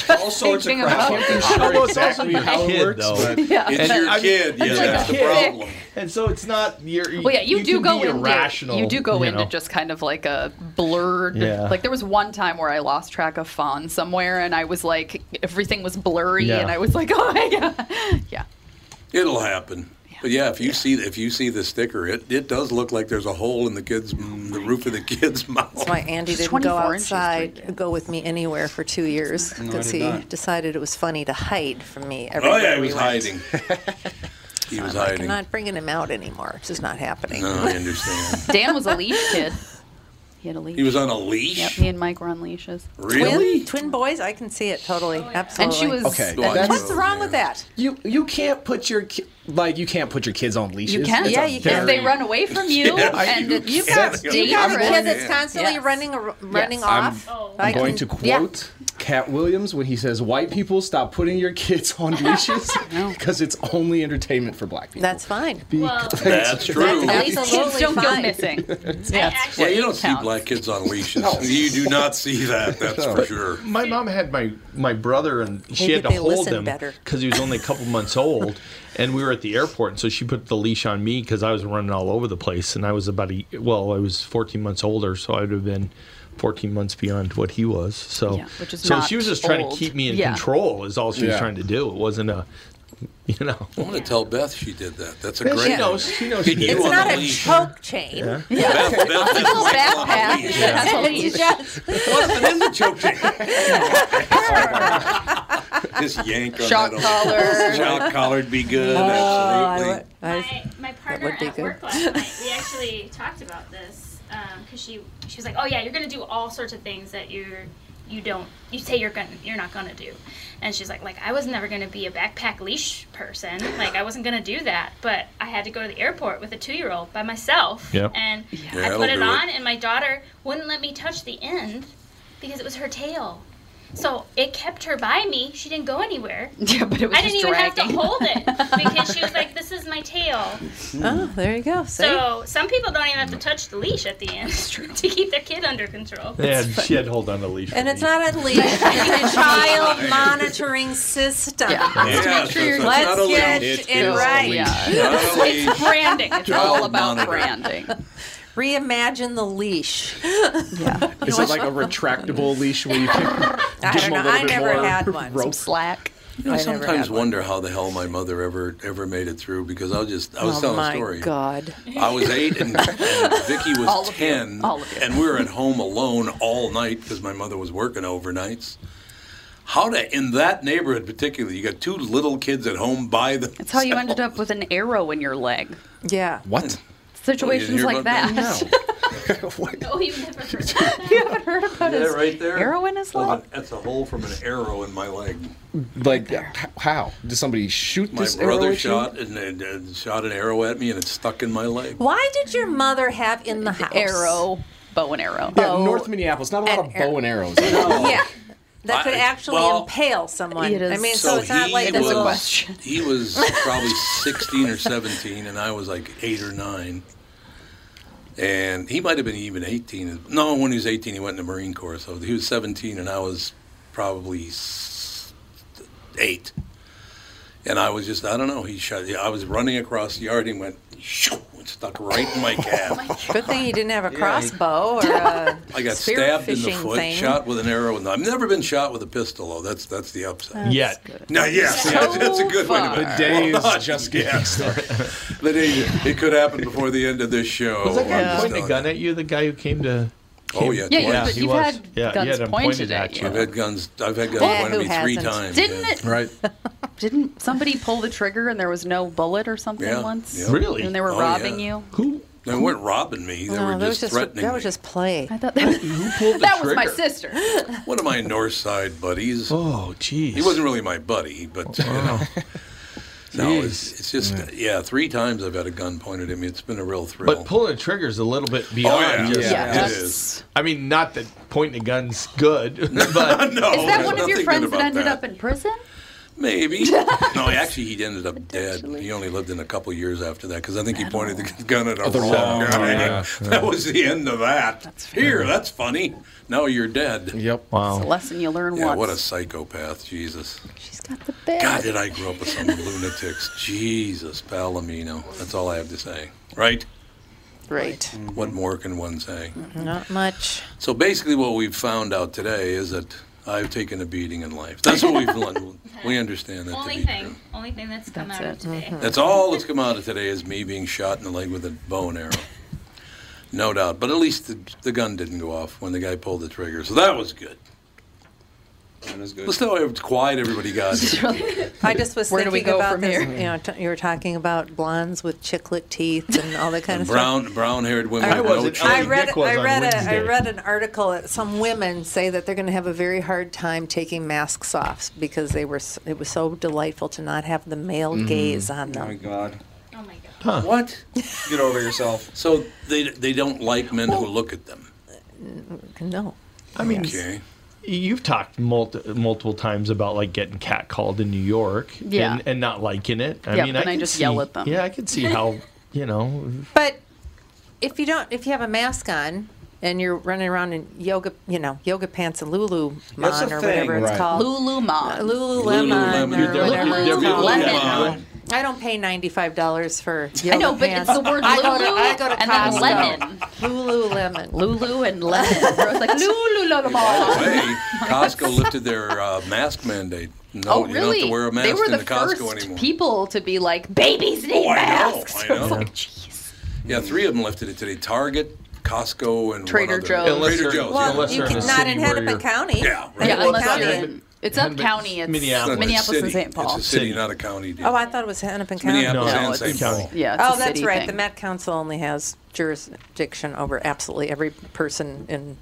[SPEAKER 5] there. [laughs]
[SPEAKER 6] All sorts of
[SPEAKER 5] thinking
[SPEAKER 6] crap.
[SPEAKER 5] about-
[SPEAKER 11] Although it's also your
[SPEAKER 5] how it
[SPEAKER 11] kid,
[SPEAKER 5] works,
[SPEAKER 11] though.
[SPEAKER 5] but- Yeah. It's
[SPEAKER 11] And
[SPEAKER 5] your
[SPEAKER 11] I mean,
[SPEAKER 5] kid, yeah,
[SPEAKER 11] it's
[SPEAKER 5] that's
[SPEAKER 11] a
[SPEAKER 5] the
[SPEAKER 11] kid.
[SPEAKER 5] problem.
[SPEAKER 11] And so it's not your.
[SPEAKER 5] Well, yeah, you, do
[SPEAKER 11] can
[SPEAKER 5] go
[SPEAKER 11] be
[SPEAKER 5] into
[SPEAKER 11] irrational.
[SPEAKER 5] you do go into
[SPEAKER 11] know.
[SPEAKER 5] just kind of like a blurred.
[SPEAKER 11] Yeah.
[SPEAKER 5] Like there was one time where I lost track of Fawn somewhere, and I was like everything was blurry,
[SPEAKER 1] Yeah.
[SPEAKER 5] and I was like, oh my god, yeah.
[SPEAKER 1] [laughs] It'll happen. Yeah. But yeah, if you see if you see the sticker, it, it does look like there's a hole in the kid's the roof of the kid's [laughs] mouth.
[SPEAKER 3] Oh, That's why Andy
[SPEAKER 1] She's
[SPEAKER 3] didn't go
[SPEAKER 1] 24 inches,
[SPEAKER 3] outside, go with me anywhere for two years
[SPEAKER 1] No, I
[SPEAKER 3] because
[SPEAKER 1] did
[SPEAKER 3] he
[SPEAKER 1] not.
[SPEAKER 3] decided it was funny to hide from me.
[SPEAKER 1] Oh
[SPEAKER 3] Everywhere
[SPEAKER 1] yeah, he
[SPEAKER 3] we
[SPEAKER 1] was
[SPEAKER 3] went. [laughs]
[SPEAKER 1] hiding. he was
[SPEAKER 3] I'm
[SPEAKER 1] hiding. No,
[SPEAKER 3] not bringing him out anymore. This is not happening.
[SPEAKER 1] I
[SPEAKER 7] [laughs]
[SPEAKER 1] understand.
[SPEAKER 5] Dan was a leash kid. He had a leash.
[SPEAKER 1] He was on a leash.
[SPEAKER 5] Yep, me and Mike were on leashes. Oh,
[SPEAKER 3] Twin, twin boys, I can see it totally.
[SPEAKER 5] And
[SPEAKER 3] Absolutely.
[SPEAKER 5] she was- Okay,
[SPEAKER 2] that's-
[SPEAKER 3] what's wrong with that?
[SPEAKER 2] You you can't put your ki- like you can't put your kids on leashes.
[SPEAKER 3] You can.
[SPEAKER 2] It's
[SPEAKER 3] Yeah,
[SPEAKER 2] a
[SPEAKER 3] you can.
[SPEAKER 5] If
[SPEAKER 2] very-
[SPEAKER 5] they run away from
[SPEAKER 3] [laughs]
[SPEAKER 5] you,
[SPEAKER 2] Yeah,
[SPEAKER 5] and
[SPEAKER 2] you
[SPEAKER 5] it's- you've
[SPEAKER 2] can't.
[SPEAKER 5] got
[SPEAKER 2] You
[SPEAKER 3] You have a
[SPEAKER 5] dangerous-
[SPEAKER 3] kid that's constantly
[SPEAKER 5] Yes. Oh.
[SPEAKER 3] running ar- running
[SPEAKER 5] Yes.
[SPEAKER 2] I'm-
[SPEAKER 3] off.
[SPEAKER 2] I'm
[SPEAKER 3] I
[SPEAKER 2] going
[SPEAKER 3] can-
[SPEAKER 2] to
[SPEAKER 3] yeah.
[SPEAKER 2] quote Cat Williams when he says, "White people stop putting your kids
[SPEAKER 3] [laughs]
[SPEAKER 2] on
[SPEAKER 5] [laughs]
[SPEAKER 2] [laughs] leashes because it's only entertainment for black [laughs] people."
[SPEAKER 3] That's fine.
[SPEAKER 2] Because-
[SPEAKER 1] That's true.
[SPEAKER 5] At least kids
[SPEAKER 3] Absolutely
[SPEAKER 5] don't go
[SPEAKER 3] fine.
[SPEAKER 5] missing.
[SPEAKER 1] [laughs] Yeah, you don't see black kids on
[SPEAKER 3] [laughs]
[SPEAKER 1] leashes. You do not see
[SPEAKER 7] [laughs]
[SPEAKER 1] that. That's for
[SPEAKER 7] But
[SPEAKER 1] sure.
[SPEAKER 7] My mom had my my brother, and she
[SPEAKER 1] Maybe
[SPEAKER 7] had to
[SPEAKER 1] they
[SPEAKER 7] hold
[SPEAKER 1] listen
[SPEAKER 7] him
[SPEAKER 1] better.
[SPEAKER 7] because he was only a couple months old, and we were at the airport, and so she put the leash on me because I was running all over the place, and I was about a well, I was 14 months older, so I'd have been 14 months beyond what he was. So,
[SPEAKER 5] Yeah, which is
[SPEAKER 7] so
[SPEAKER 5] not
[SPEAKER 7] she was just trying
[SPEAKER 5] old.
[SPEAKER 7] to keep me in
[SPEAKER 5] Yeah.
[SPEAKER 7] control. Is all she was
[SPEAKER 1] Yeah.
[SPEAKER 7] trying to do. It wasn't a, you know.
[SPEAKER 1] I'm going to tell Beth she did that. That's a
[SPEAKER 7] Yeah, she
[SPEAKER 1] great.
[SPEAKER 7] knows. She knows
[SPEAKER 1] Get
[SPEAKER 7] she
[SPEAKER 1] you
[SPEAKER 7] did.
[SPEAKER 1] on
[SPEAKER 3] It's not
[SPEAKER 1] the
[SPEAKER 3] a
[SPEAKER 1] leash.
[SPEAKER 3] choke chain.
[SPEAKER 7] Yeah.
[SPEAKER 1] Beth, Beth, Beth,
[SPEAKER 3] Little
[SPEAKER 1] Beth,
[SPEAKER 3] backpack.
[SPEAKER 1] leash.
[SPEAKER 3] That's a
[SPEAKER 5] leash.
[SPEAKER 3] Yes.
[SPEAKER 1] Just yank on
[SPEAKER 5] Shock
[SPEAKER 1] that.
[SPEAKER 5] collar.
[SPEAKER 1] [laughs] Shock collar'd be good. absolutely.
[SPEAKER 10] my partner
[SPEAKER 3] would be
[SPEAKER 10] at
[SPEAKER 3] good.
[SPEAKER 10] work last night, we actually
[SPEAKER 9] [laughs]
[SPEAKER 10] talked about this because she she was like, "Oh yeah, you're gonna do all sorts of things that you're you don't you say you're gonna you're not gonna do," and she's like, "Like I was never gonna be a backpack leash
[SPEAKER 9] [laughs]
[SPEAKER 10] person. Like I wasn't gonna do that, but I had to go to the airport with a two year old by myself,
[SPEAKER 9] Yep.
[SPEAKER 10] and
[SPEAKER 9] Yeah,
[SPEAKER 10] I
[SPEAKER 9] that'll
[SPEAKER 10] put it
[SPEAKER 9] do it.
[SPEAKER 10] on, and my daughter wouldn't let me touch the end because it was her tail." So it kept her by me. She didn't go anywhere.
[SPEAKER 5] [laughs]
[SPEAKER 10] Yeah, but
[SPEAKER 5] it was
[SPEAKER 10] I didn't
[SPEAKER 5] just
[SPEAKER 10] even have to
[SPEAKER 5] dragging. [laughs]
[SPEAKER 10] hold it because she was like, "This is my tail."
[SPEAKER 3] Oh, there you go. See?
[SPEAKER 10] So some people don't even have to touch the leash at the end [laughs] to keep their kid under control.
[SPEAKER 7] They had- she had to hold on to the leash.
[SPEAKER 3] and it's not a leash. [laughs] It's a child monitoring system.
[SPEAKER 7] Yeah, so
[SPEAKER 1] it's- it's not a
[SPEAKER 3] Let's
[SPEAKER 1] leash.
[SPEAKER 3] get
[SPEAKER 1] It
[SPEAKER 3] it
[SPEAKER 1] is a
[SPEAKER 3] right.
[SPEAKER 1] leash. Not a leash.
[SPEAKER 5] branding. It's
[SPEAKER 1] Child
[SPEAKER 5] all about
[SPEAKER 1] monitor.
[SPEAKER 5] branding.
[SPEAKER 3] Reimagine the leash. [laughs]
[SPEAKER 2] Is it like a retractable leash where you can
[SPEAKER 3] I
[SPEAKER 2] give
[SPEAKER 3] don't
[SPEAKER 2] them a
[SPEAKER 3] know.
[SPEAKER 2] little
[SPEAKER 3] I
[SPEAKER 2] bit
[SPEAKER 3] never
[SPEAKER 2] more
[SPEAKER 3] had one.
[SPEAKER 2] rope?
[SPEAKER 5] slack.
[SPEAKER 1] You know, I sometimes wonder how the hell my mother ever ever made it through because I was just I was
[SPEAKER 3] oh
[SPEAKER 1] telling
[SPEAKER 3] my
[SPEAKER 1] a story.
[SPEAKER 3] God.
[SPEAKER 1] I was eight and, and Vicky was
[SPEAKER 3] All of you.
[SPEAKER 1] ten,
[SPEAKER 3] All of you.
[SPEAKER 1] and we were at home alone all night because my mother was working overnights. How to in that neighborhood particularly? You got two little kids at home by the. [laughs]
[SPEAKER 5] That's how you ended up with an arrow in your leg.
[SPEAKER 3] Yeah.
[SPEAKER 2] What?
[SPEAKER 5] Situations like that.
[SPEAKER 3] [laughs]
[SPEAKER 5] [laughs]
[SPEAKER 10] Oh, you never heard
[SPEAKER 5] you haven't heard about
[SPEAKER 1] Yeah,
[SPEAKER 5] his
[SPEAKER 1] right there.
[SPEAKER 5] arrow in his leg?
[SPEAKER 1] That's a hole from an arrow in my leg.
[SPEAKER 2] Like h- how did somebody shoot
[SPEAKER 1] My
[SPEAKER 2] this arrow
[SPEAKER 1] brother
[SPEAKER 2] at you?
[SPEAKER 1] shot and, and, and shot an arrow at me, and it stuck in my leg.
[SPEAKER 3] Why did your mother have in the house?
[SPEAKER 5] Arrow. Bow and arrow.
[SPEAKER 2] Yeah, North Minneapolis. Not a lot of bow and arrows.
[SPEAKER 3] Yeah. That could
[SPEAKER 1] I-
[SPEAKER 3] actually
[SPEAKER 1] well-
[SPEAKER 3] impale someone.
[SPEAKER 5] It
[SPEAKER 3] I
[SPEAKER 5] is-
[SPEAKER 3] mean, so, it's not
[SPEAKER 1] he
[SPEAKER 3] like
[SPEAKER 1] was,
[SPEAKER 3] this little.
[SPEAKER 1] He was
[SPEAKER 3] [laughs]
[SPEAKER 1] probably 16 or 17, and I was like 8 or 9. And he might have been even 18. No, when he was 18, he went in the Marine Corps. So he was 17, and I was probably s- 8. And I was just, I don't know, he shot. I was running across the yard, and he went, shoo, and stuck right in
[SPEAKER 3] [laughs]
[SPEAKER 1] my calf.
[SPEAKER 3] Good thing you didn't have a
[SPEAKER 1] [laughs] Yeah, he-
[SPEAKER 3] crossbow or a
[SPEAKER 1] I got
[SPEAKER 3] spear
[SPEAKER 1] stabbed in the
[SPEAKER 3] fishing
[SPEAKER 1] foot,
[SPEAKER 3] thing. [laughs]
[SPEAKER 1] shot with an arrow. In the, I've never been shot with a pistol, though. That's that's the upside.
[SPEAKER 7] That's Yet.
[SPEAKER 1] No, yes,
[SPEAKER 7] So
[SPEAKER 1] yes, that's a good one.
[SPEAKER 7] far. The day is
[SPEAKER 1] [laughs] just getting started. [laughs] the day, it could happen before the end of this show.
[SPEAKER 7] Was that
[SPEAKER 1] I'm
[SPEAKER 7] guy
[SPEAKER 1] just
[SPEAKER 7] pointing a
[SPEAKER 1] telling
[SPEAKER 7] gun at you? The guy who came to?
[SPEAKER 1] Oh, yeah,
[SPEAKER 5] Yeah, you- but
[SPEAKER 7] he
[SPEAKER 5] you've
[SPEAKER 7] was.
[SPEAKER 5] had
[SPEAKER 7] yeah,
[SPEAKER 5] guns
[SPEAKER 7] he had him
[SPEAKER 5] pointed
[SPEAKER 7] pointed
[SPEAKER 5] at
[SPEAKER 7] at
[SPEAKER 1] you.
[SPEAKER 7] you.
[SPEAKER 1] I've had guns. I've had guns
[SPEAKER 5] Yeah,
[SPEAKER 1] pointed
[SPEAKER 5] who
[SPEAKER 1] at me three
[SPEAKER 5] hasn't?
[SPEAKER 1] times.
[SPEAKER 5] Didn't
[SPEAKER 1] yeah.
[SPEAKER 5] it- Didn't somebody pull the trigger and there was no bullet or something
[SPEAKER 1] Yeah,
[SPEAKER 5] once?
[SPEAKER 1] yeah. Really?
[SPEAKER 5] And they were
[SPEAKER 1] Oh,
[SPEAKER 5] robbing
[SPEAKER 1] yeah.
[SPEAKER 5] you?
[SPEAKER 7] Who?
[SPEAKER 1] They weren't robbing me.
[SPEAKER 5] Oh,
[SPEAKER 1] They
[SPEAKER 3] that
[SPEAKER 1] were
[SPEAKER 3] was
[SPEAKER 1] just,
[SPEAKER 3] just
[SPEAKER 1] threatening
[SPEAKER 3] that was just play.
[SPEAKER 5] I thought [laughs] that,
[SPEAKER 1] Who pulled the
[SPEAKER 5] that was my
[SPEAKER 1] trigger?
[SPEAKER 5] sister.
[SPEAKER 1] me. One of my North Side buddies.
[SPEAKER 7] Oh, jeez. Oh,
[SPEAKER 1] He wasn't really my buddy, but you know.
[SPEAKER 7] [laughs]
[SPEAKER 1] No, it's, it's just yeah. Three times I've had a gun pointed at me. It's been a real thrill.
[SPEAKER 7] But pulling a trigger is a little bit beyond.
[SPEAKER 1] Oh, yeah.
[SPEAKER 7] just-
[SPEAKER 1] Yeah.
[SPEAKER 7] just-
[SPEAKER 1] It is.
[SPEAKER 7] I mean, not that pointing a gun's
[SPEAKER 1] [laughs]
[SPEAKER 7] good, [laughs] but
[SPEAKER 1] no,
[SPEAKER 5] Is that
[SPEAKER 1] there's
[SPEAKER 5] one of
[SPEAKER 1] nothing
[SPEAKER 5] your
[SPEAKER 1] good
[SPEAKER 5] friends that
[SPEAKER 1] about
[SPEAKER 5] ended up in prison? [laughs]
[SPEAKER 1] Maybe. no, actually, he ended up dead. He only lived in a couple years after that because I think he pointed the [laughs] gun at a
[SPEAKER 7] the
[SPEAKER 1] wrong
[SPEAKER 7] wrong
[SPEAKER 1] guy.
[SPEAKER 7] guy. Yeah,
[SPEAKER 1] [laughs] That
[SPEAKER 7] yeah.
[SPEAKER 1] was the end of that. Here, that's funny. Now you're dead.
[SPEAKER 2] Yep.
[SPEAKER 5] It's a lesson you learn
[SPEAKER 1] Yeah,
[SPEAKER 5] once.
[SPEAKER 1] what a psychopath. Jesus.
[SPEAKER 5] She's got the best.
[SPEAKER 1] God, did I grow up with some lunatics. Jesus, Palomino. That's all I have to say. Right?
[SPEAKER 3] Right.
[SPEAKER 5] Mm-hmm.
[SPEAKER 1] What more can one say?
[SPEAKER 5] Mm.
[SPEAKER 3] Not much.
[SPEAKER 1] So basically, what we've found out today is that I've taken a beating in life. That's what
[SPEAKER 5] [laughs]
[SPEAKER 1] we've learned. We understand that. to
[SPEAKER 10] Only
[SPEAKER 1] be-
[SPEAKER 10] thing, only thing that's come out of today.
[SPEAKER 1] That's Mm-hmm. all that's come out of today is me being shot in the leg with a bow and arrow. No doubt. But at least the, the gun didn't go off when the guy pulled the trigger. So that was good.
[SPEAKER 6] That was good.
[SPEAKER 1] Let's tell how quiet everybody got.
[SPEAKER 3] I just was
[SPEAKER 5] Where do we
[SPEAKER 3] thinking
[SPEAKER 5] go
[SPEAKER 3] about
[SPEAKER 5] from
[SPEAKER 3] this.
[SPEAKER 5] here?
[SPEAKER 3] You know, t- you were talking about blondes with chiclet teeth and all that kind of stuff.
[SPEAKER 1] brown brown haired women
[SPEAKER 3] I
[SPEAKER 1] with no
[SPEAKER 3] wasn't-
[SPEAKER 1] chin.
[SPEAKER 3] I read, I read, a, I read an article that some women say that they're going to have a very hard time taking masks off because they were. s- It was so delightful to not have the male
[SPEAKER 1] Mm-hmm.
[SPEAKER 6] Mhm.
[SPEAKER 3] gaze on
[SPEAKER 6] Oh
[SPEAKER 3] them.
[SPEAKER 6] my god.
[SPEAKER 10] Oh my god.
[SPEAKER 1] What?
[SPEAKER 6] Get over yourself.
[SPEAKER 1] So they they don't like men who look at them.
[SPEAKER 3] No.
[SPEAKER 7] I mean,
[SPEAKER 1] Okay.
[SPEAKER 7] you've talked multi- multiple times about like getting catcalled in New York,
[SPEAKER 5] Yeah.
[SPEAKER 7] and, and not liking it. I
[SPEAKER 5] Yeah,
[SPEAKER 7] mean,
[SPEAKER 5] but then I
[SPEAKER 7] could
[SPEAKER 5] just yell
[SPEAKER 7] see-
[SPEAKER 5] at them.
[SPEAKER 7] Yeah, I could see
[SPEAKER 5] [laughs]
[SPEAKER 7] how you know.
[SPEAKER 3] But if you don't, if you have a mask on and you're running around in yoga, you know, yoga pants and Lulu
[SPEAKER 5] That's
[SPEAKER 3] mon
[SPEAKER 5] the
[SPEAKER 3] or
[SPEAKER 5] thing,
[SPEAKER 3] whatever it's
[SPEAKER 5] right.
[SPEAKER 3] called,
[SPEAKER 5] Lululemon.
[SPEAKER 3] Uh, Lululemon
[SPEAKER 5] Lululemon. You're
[SPEAKER 3] or
[SPEAKER 5] there-
[SPEAKER 3] whatever
[SPEAKER 5] you're
[SPEAKER 3] it's
[SPEAKER 5] there-
[SPEAKER 3] called.
[SPEAKER 5] Lululemon.
[SPEAKER 3] I don't pay ninety-five dollars for.
[SPEAKER 5] I know,
[SPEAKER 3] yoga
[SPEAKER 5] but
[SPEAKER 3] pants.
[SPEAKER 5] it's the word
[SPEAKER 3] I go to,
[SPEAKER 5] Lulu
[SPEAKER 3] I go to
[SPEAKER 5] and then
[SPEAKER 3] Costco.
[SPEAKER 5] lemon.
[SPEAKER 3] Lululemon.
[SPEAKER 5] Lulu and lemon. Bro, it's like Lululemon.
[SPEAKER 1] Hey, Costco lifted their uh, mask mandate. No,
[SPEAKER 5] oh,
[SPEAKER 1] you don't
[SPEAKER 5] really?
[SPEAKER 1] have to wear a mask
[SPEAKER 5] they were
[SPEAKER 1] in
[SPEAKER 5] the
[SPEAKER 1] the Costco
[SPEAKER 5] first
[SPEAKER 1] anymore.
[SPEAKER 5] people to be like, babies need
[SPEAKER 1] I know,
[SPEAKER 5] masks.
[SPEAKER 1] I know. yeah, three of them lifted it today: Target, Costco, and
[SPEAKER 5] Trader
[SPEAKER 1] one other.
[SPEAKER 5] Joe's. Unless
[SPEAKER 1] Trader
[SPEAKER 5] you're-
[SPEAKER 1] Joe's.
[SPEAKER 5] well, you
[SPEAKER 1] yeah.
[SPEAKER 5] Unless you're in a cannot in city where Hennepin you're-
[SPEAKER 3] County.
[SPEAKER 1] Yeah,
[SPEAKER 5] Yeah,
[SPEAKER 1] right.
[SPEAKER 5] unless you're in, it's up county. It's
[SPEAKER 1] It's
[SPEAKER 5] Minneapolis,
[SPEAKER 1] a city.
[SPEAKER 5] and St. Paul.
[SPEAKER 1] It's a city, not a county. deal.
[SPEAKER 3] Oh, I thought it was Hennepin
[SPEAKER 1] It's
[SPEAKER 3] County.
[SPEAKER 1] Minneapolis
[SPEAKER 5] No,
[SPEAKER 1] and
[SPEAKER 5] it's
[SPEAKER 1] St. Paul.
[SPEAKER 5] Yeah, it's a
[SPEAKER 3] oh, that's
[SPEAKER 5] city
[SPEAKER 3] right.
[SPEAKER 5] thing.
[SPEAKER 3] The Met Council only has jurisdiction over absolutely every person in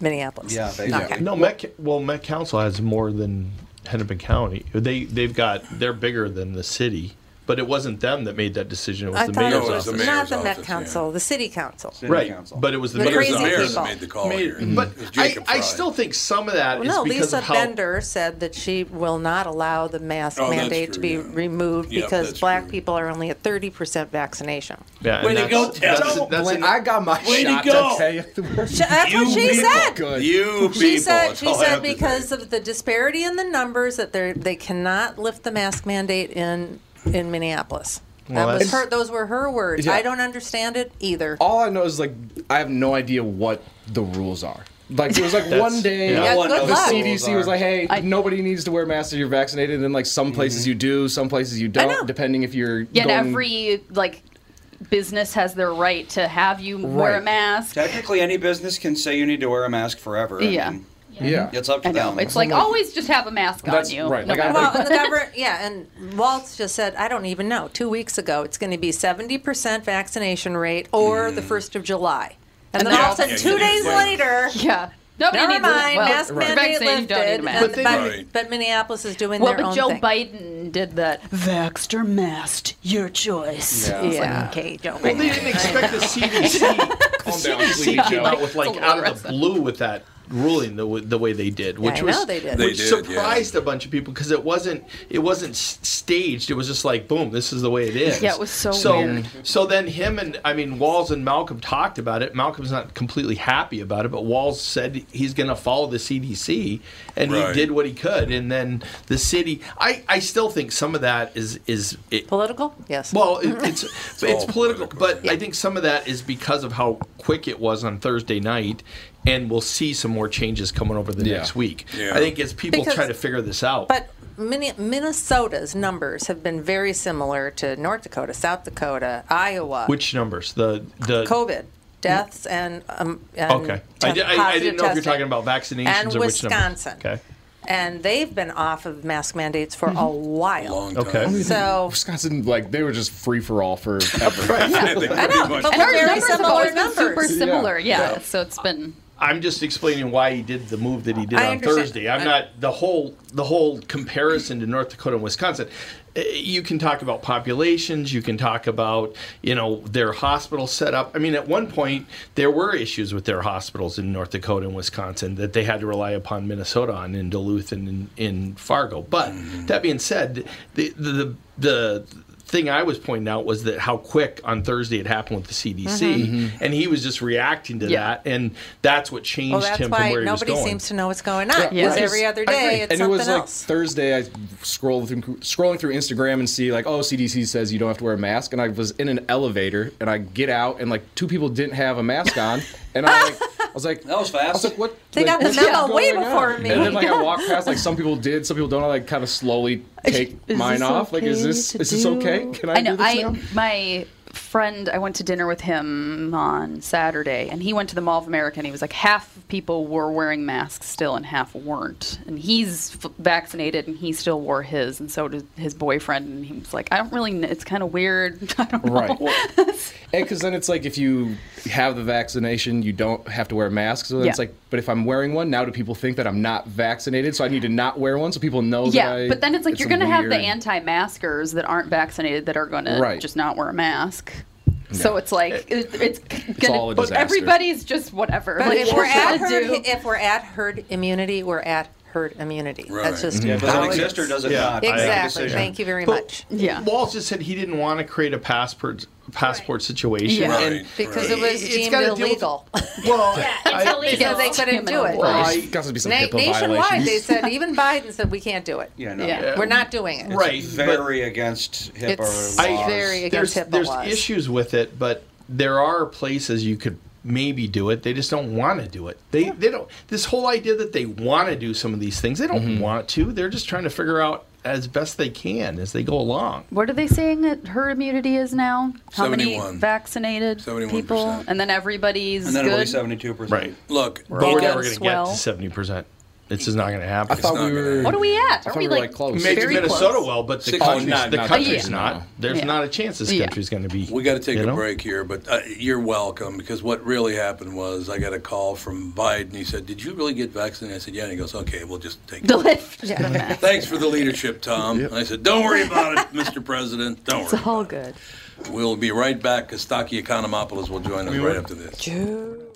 [SPEAKER 3] Minneapolis. Okay.
[SPEAKER 7] No, Met, well, Met Council has more than Hennepin County. They they've got they're bigger than the city, but it wasn't them that made that decision. It was
[SPEAKER 3] I
[SPEAKER 7] the
[SPEAKER 3] thought
[SPEAKER 7] mayor's
[SPEAKER 3] it was
[SPEAKER 7] office.
[SPEAKER 3] not the Met Council, the City Council.
[SPEAKER 7] right, but it was the,
[SPEAKER 3] The
[SPEAKER 7] mayor's
[SPEAKER 3] crazy
[SPEAKER 7] office.
[SPEAKER 3] people. The mayor made the
[SPEAKER 1] call here.
[SPEAKER 7] But
[SPEAKER 1] It was
[SPEAKER 7] I,
[SPEAKER 1] Jacob
[SPEAKER 7] I
[SPEAKER 1] Frye.
[SPEAKER 7] still think some of that
[SPEAKER 3] Well,
[SPEAKER 7] is
[SPEAKER 3] no,
[SPEAKER 7] because
[SPEAKER 3] Lisa
[SPEAKER 7] of how [laughs]
[SPEAKER 3] Bender said that she will not allow the mask
[SPEAKER 7] Oh, that's
[SPEAKER 3] mandate to
[SPEAKER 7] true,
[SPEAKER 3] be removed
[SPEAKER 7] Yep,
[SPEAKER 3] because
[SPEAKER 7] that's
[SPEAKER 3] black people are only at 30% vaccination.
[SPEAKER 7] Yeah,
[SPEAKER 2] Way
[SPEAKER 7] and
[SPEAKER 2] to
[SPEAKER 7] that's-
[SPEAKER 2] go,
[SPEAKER 7] that's-
[SPEAKER 1] [laughs]
[SPEAKER 2] Tell.
[SPEAKER 7] that's
[SPEAKER 2] When
[SPEAKER 7] an-
[SPEAKER 2] I got my
[SPEAKER 3] Way to
[SPEAKER 2] shot,
[SPEAKER 3] go.
[SPEAKER 2] I tell [laughs] you,
[SPEAKER 3] She- that's
[SPEAKER 2] You
[SPEAKER 3] what she
[SPEAKER 2] people.
[SPEAKER 3] said.
[SPEAKER 2] Good.
[SPEAKER 1] You
[SPEAKER 3] She said
[SPEAKER 2] that's
[SPEAKER 3] she
[SPEAKER 2] all I have
[SPEAKER 3] said
[SPEAKER 2] to
[SPEAKER 3] because of the disparity in the numbers that they they cannot lift the mask mandate in in Minneapolis.
[SPEAKER 2] Well,
[SPEAKER 3] that was
[SPEAKER 2] that's-
[SPEAKER 3] her. Those were her words.
[SPEAKER 2] Yeah.
[SPEAKER 3] I don't understand it either.
[SPEAKER 2] all I know is like I have no idea what the rules are. Like there was like
[SPEAKER 3] That's-
[SPEAKER 2] one day
[SPEAKER 3] yeah. Yeah,
[SPEAKER 2] the
[SPEAKER 3] good luck.
[SPEAKER 2] CDC was like, "Hey, nobody needs to wear masks if you're vaccinated." And then like some places you do, some places you don't, depending if you're
[SPEAKER 5] Yet
[SPEAKER 2] going-
[SPEAKER 5] every like business has their right to have you wear a
[SPEAKER 2] Right.
[SPEAKER 5] mask.
[SPEAKER 6] Technically, any business can say you need to wear a mask forever.
[SPEAKER 5] Yeah.
[SPEAKER 6] and
[SPEAKER 2] Yeah.
[SPEAKER 6] It's up to
[SPEAKER 5] I know.
[SPEAKER 6] them.
[SPEAKER 5] It's like always just have a mask on
[SPEAKER 6] That's
[SPEAKER 5] you.
[SPEAKER 6] right.
[SPEAKER 5] no
[SPEAKER 6] Like, I-
[SPEAKER 5] matter-
[SPEAKER 3] Well,
[SPEAKER 5] [laughs]
[SPEAKER 3] and the government, yeah, and Waltz just said, I don't even know. Two weeks ago, it's going to be 70% vaccination rate or the 1st of July. And,
[SPEAKER 5] Mm. And
[SPEAKER 3] then
[SPEAKER 5] then
[SPEAKER 3] all of a
[SPEAKER 5] all-
[SPEAKER 3] sudden, two
[SPEAKER 5] Yeah,
[SPEAKER 3] days
[SPEAKER 5] yeah.
[SPEAKER 3] later,
[SPEAKER 5] yeah. Nobody
[SPEAKER 3] never
[SPEAKER 5] needs a-
[SPEAKER 3] mind,
[SPEAKER 5] well,
[SPEAKER 3] mask
[SPEAKER 5] right.
[SPEAKER 3] mandate
[SPEAKER 5] Vaccine, you
[SPEAKER 3] lifted,
[SPEAKER 5] don't need a mask.
[SPEAKER 3] and-
[SPEAKER 5] But they-
[SPEAKER 3] but,
[SPEAKER 5] Right.
[SPEAKER 3] but Minneapolis is doing
[SPEAKER 5] well,
[SPEAKER 3] their
[SPEAKER 5] but
[SPEAKER 3] own
[SPEAKER 5] Joe
[SPEAKER 3] thing.
[SPEAKER 5] Biden did that. Vaxxed or masked, your choice.
[SPEAKER 3] Yeah.
[SPEAKER 5] It's like,
[SPEAKER 3] Yeah.
[SPEAKER 5] okay, Joe.
[SPEAKER 7] Well, they didn't expect
[SPEAKER 3] [laughs]
[SPEAKER 7] the CDC.
[SPEAKER 5] [laughs]
[SPEAKER 7] the
[SPEAKER 5] down,
[SPEAKER 7] CDC
[SPEAKER 5] please,
[SPEAKER 7] came
[SPEAKER 5] Joe.
[SPEAKER 7] out with like
[SPEAKER 5] It's a
[SPEAKER 7] out
[SPEAKER 5] little
[SPEAKER 7] of the blue with that ruling the, w- the way they did, which
[SPEAKER 5] I
[SPEAKER 7] was
[SPEAKER 5] know they did. They
[SPEAKER 7] which
[SPEAKER 5] did,
[SPEAKER 7] surprised a bunch of people because it wasn't it wasn't s- staged. It was just like boom, this is the way it is.
[SPEAKER 5] Yeah, it was so weird.
[SPEAKER 7] So then him and I mean Walls and Malcolm talked about it. Malcolm's not completely happy about it, but Walls said he's going to follow the CDC, and he
[SPEAKER 1] Right.
[SPEAKER 7] did what he could. And then the city, I I still think some of that is is it,
[SPEAKER 3] political. Yes.
[SPEAKER 7] Well,
[SPEAKER 3] [laughs]
[SPEAKER 7] it, it's it's,
[SPEAKER 1] all
[SPEAKER 7] political, but I think some of that is because of how quick it was on Thursday night, and we'll see some more changes coming over the
[SPEAKER 2] Yeah.
[SPEAKER 7] next week.
[SPEAKER 2] Yeah.
[SPEAKER 7] I think as people
[SPEAKER 3] Because-
[SPEAKER 7] try to figure this out,
[SPEAKER 3] But Minne- Minnesota's numbers have been very similar to North Dakota, South Dakota, Iowa,
[SPEAKER 7] which numbers the the
[SPEAKER 3] uh, COVID deaths and, um, and
[SPEAKER 7] Okay, I, di- I- I
[SPEAKER 3] positive
[SPEAKER 7] didn't know if you're
[SPEAKER 3] testing.
[SPEAKER 7] talking about vaccinations
[SPEAKER 3] And
[SPEAKER 7] or which number.
[SPEAKER 3] Wisconsin.
[SPEAKER 7] Okay,
[SPEAKER 3] and they've been off of mask mandates for
[SPEAKER 6] Mhm.
[SPEAKER 3] a while.
[SPEAKER 2] Okay.
[SPEAKER 3] So
[SPEAKER 2] Wisconsin, like they were just free for all forever.
[SPEAKER 7] [laughs]
[SPEAKER 3] I know, but
[SPEAKER 5] And
[SPEAKER 3] we're
[SPEAKER 5] our
[SPEAKER 3] very
[SPEAKER 5] numbers have always
[SPEAKER 3] similar
[SPEAKER 5] been super
[SPEAKER 3] numbers.
[SPEAKER 5] similar. Yeah.
[SPEAKER 7] Yeah.
[SPEAKER 5] So it's been.
[SPEAKER 7] I'm just explaining why he did the move that he did
[SPEAKER 5] I
[SPEAKER 7] on
[SPEAKER 5] understand.
[SPEAKER 7] Thursday. I'm
[SPEAKER 5] I-
[SPEAKER 7] not the whole the whole comparison to North Dakota and Wisconsin. Eh, You can talk about populations. You can talk about you know their hospital setup. I mean, at one point there were issues with their hospitals in North Dakota and Wisconsin that they had to rely upon Minnesota on in Duluth and in, in Fargo. But
[SPEAKER 5] Mm-hmm.
[SPEAKER 7] that being said, the the the, the thing I was pointing out was that how quick on Thursday it happened with the CDC,
[SPEAKER 5] Mm-hmm.
[SPEAKER 3] Mhm. Mhm.
[SPEAKER 7] and he was just reacting to
[SPEAKER 3] Yeah.
[SPEAKER 7] that, and that's what changed
[SPEAKER 3] Well, that's
[SPEAKER 7] him from
[SPEAKER 3] why
[SPEAKER 7] where he was
[SPEAKER 3] nobody
[SPEAKER 7] going.
[SPEAKER 3] seems to know what's going on.
[SPEAKER 7] Yeah.
[SPEAKER 3] Because
[SPEAKER 7] Yeah.
[SPEAKER 3] every other day, it's
[SPEAKER 2] and it
[SPEAKER 3] something
[SPEAKER 2] was like
[SPEAKER 3] else.
[SPEAKER 2] Thursday. I scrolled through scrolling through Instagram and see like, oh, CDC says you don't have to wear a
[SPEAKER 5] [laughs]
[SPEAKER 2] mask. And I was in an elevator and I get out and like two people didn't have a mask on, and I like was like,
[SPEAKER 6] that was fast.
[SPEAKER 2] I was like, [laughs] what?
[SPEAKER 3] They got the
[SPEAKER 2] what's
[SPEAKER 3] memo way
[SPEAKER 2] going on?
[SPEAKER 3] before me.
[SPEAKER 2] And then like I
[SPEAKER 5] [laughs]
[SPEAKER 2] walked past, like some people did, some people don't. I like kind of slowly take
[SPEAKER 5] Is
[SPEAKER 2] mine
[SPEAKER 5] this
[SPEAKER 2] off. Like, is
[SPEAKER 5] okay
[SPEAKER 2] this
[SPEAKER 5] to
[SPEAKER 2] is this
[SPEAKER 5] do?
[SPEAKER 2] okay? Can I,
[SPEAKER 5] know.
[SPEAKER 2] do this
[SPEAKER 5] I
[SPEAKER 2] now?
[SPEAKER 5] my friend. I went to dinner with him on Saturday, and he went to the Mall of America, and he was like, half of people were wearing masks still, and half weren't. And he's f- vaccinated, and he still wore his, and so did his boyfriend. And he was like, I don't really. kn- It's kind of weird. [laughs] I don't
[SPEAKER 2] Right. And because then it's like if you have the vaccination, you don't have to wear masks. So then it's
[SPEAKER 5] Yeah.
[SPEAKER 2] like, but if I'm wearing one now, do people think that I'm not vaccinated? So I need to not wear one so people know.
[SPEAKER 5] yeah,
[SPEAKER 2] Oh, that I,
[SPEAKER 5] but then it's like you're going to have the
[SPEAKER 2] weird-
[SPEAKER 5] anti-maskers that aren't vaccinated that are going
[SPEAKER 2] Right.
[SPEAKER 5] to just not wear a mask. So it's like it, it's
[SPEAKER 2] all
[SPEAKER 5] gonna,
[SPEAKER 2] a
[SPEAKER 5] but
[SPEAKER 2] disaster.
[SPEAKER 5] everybody's just whatever.
[SPEAKER 3] But
[SPEAKER 5] like,
[SPEAKER 3] if we're
[SPEAKER 5] what you
[SPEAKER 3] at
[SPEAKER 5] wanna
[SPEAKER 3] herd,
[SPEAKER 5] do.
[SPEAKER 3] if we're at herd immunity, we're at herd immunity. That's just
[SPEAKER 6] Yeah, does it
[SPEAKER 3] how
[SPEAKER 6] exist or does it
[SPEAKER 3] is.
[SPEAKER 6] not?
[SPEAKER 7] Mm-hmm. Yeah.
[SPEAKER 3] Exactly.
[SPEAKER 7] Yeah.
[SPEAKER 3] Thank you very
[SPEAKER 7] But
[SPEAKER 3] much.
[SPEAKER 5] Yeah.
[SPEAKER 7] Walls just said he didn't want to create a passport passport situation.
[SPEAKER 3] Yeah.
[SPEAKER 7] and
[SPEAKER 3] Because it was
[SPEAKER 7] it's
[SPEAKER 3] deemed
[SPEAKER 7] gotta deal with-
[SPEAKER 3] illegal.
[SPEAKER 5] [laughs]
[SPEAKER 7] well,
[SPEAKER 10] it's
[SPEAKER 7] I-
[SPEAKER 10] illegal.
[SPEAKER 3] because they couldn't do it.
[SPEAKER 7] Well, I- Gotta be some
[SPEAKER 3] Na-
[SPEAKER 7] HIPAA
[SPEAKER 3] nationwide,
[SPEAKER 7] violations.
[SPEAKER 3] they said even Biden said we can't do it.
[SPEAKER 6] Yeah, no.
[SPEAKER 3] We're not doing it.
[SPEAKER 6] Right. Very against HIPAA
[SPEAKER 3] It's
[SPEAKER 6] laws.
[SPEAKER 3] very against
[SPEAKER 7] there's,
[SPEAKER 3] HIPAA
[SPEAKER 7] there's
[SPEAKER 3] laws.
[SPEAKER 7] issues with it, but there are places you could maybe do it. They just don't want to do it. They they don't. This whole idea that they want to do some of these things, they don't
[SPEAKER 6] Mm-hmm.
[SPEAKER 7] want to. They're just trying to figure out as best they can as they go along.
[SPEAKER 5] What are they saying that herd immunity is now? How many
[SPEAKER 7] 71.
[SPEAKER 5] vaccinated people? And then everybody's good.
[SPEAKER 6] seventy-two percent.
[SPEAKER 7] Right.
[SPEAKER 1] Look,
[SPEAKER 7] we're
[SPEAKER 5] Bob-
[SPEAKER 7] never going to get
[SPEAKER 5] Swell.
[SPEAKER 7] to seventy percent. It's just not going to happen.
[SPEAKER 2] I thought we were.
[SPEAKER 5] What are we at?
[SPEAKER 7] I
[SPEAKER 5] Are
[SPEAKER 7] thought
[SPEAKER 5] we
[SPEAKER 7] we were,
[SPEAKER 5] like,
[SPEAKER 7] like, close. Maybe
[SPEAKER 5] very
[SPEAKER 7] Minnesota
[SPEAKER 5] close?
[SPEAKER 7] will, but the
[SPEAKER 1] Six-
[SPEAKER 7] country's,
[SPEAKER 1] Oh, not-
[SPEAKER 7] the
[SPEAKER 1] not
[SPEAKER 7] country's
[SPEAKER 1] this
[SPEAKER 7] not.
[SPEAKER 1] now.
[SPEAKER 7] There's
[SPEAKER 1] Yeah.
[SPEAKER 7] not a chance this
[SPEAKER 1] Yeah.
[SPEAKER 7] country's going to be.
[SPEAKER 1] We got to take
[SPEAKER 7] you
[SPEAKER 1] a
[SPEAKER 7] know?
[SPEAKER 1] break here, but uh, you're welcome because what really happened was I got a call from Biden. He said, "Did you really get vaccinated?" I said, "Yeah." And he goes, "Okay, we'll just take
[SPEAKER 5] The lift.
[SPEAKER 1] Thanks for the leadership, Tom. And I said, "Don't worry about it, [laughs] Mr. President. Don't worry."
[SPEAKER 3] all good.
[SPEAKER 1] We'll be right back. Kostaki Economopoulos will join us right after this.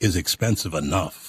[SPEAKER 1] is expensive enough.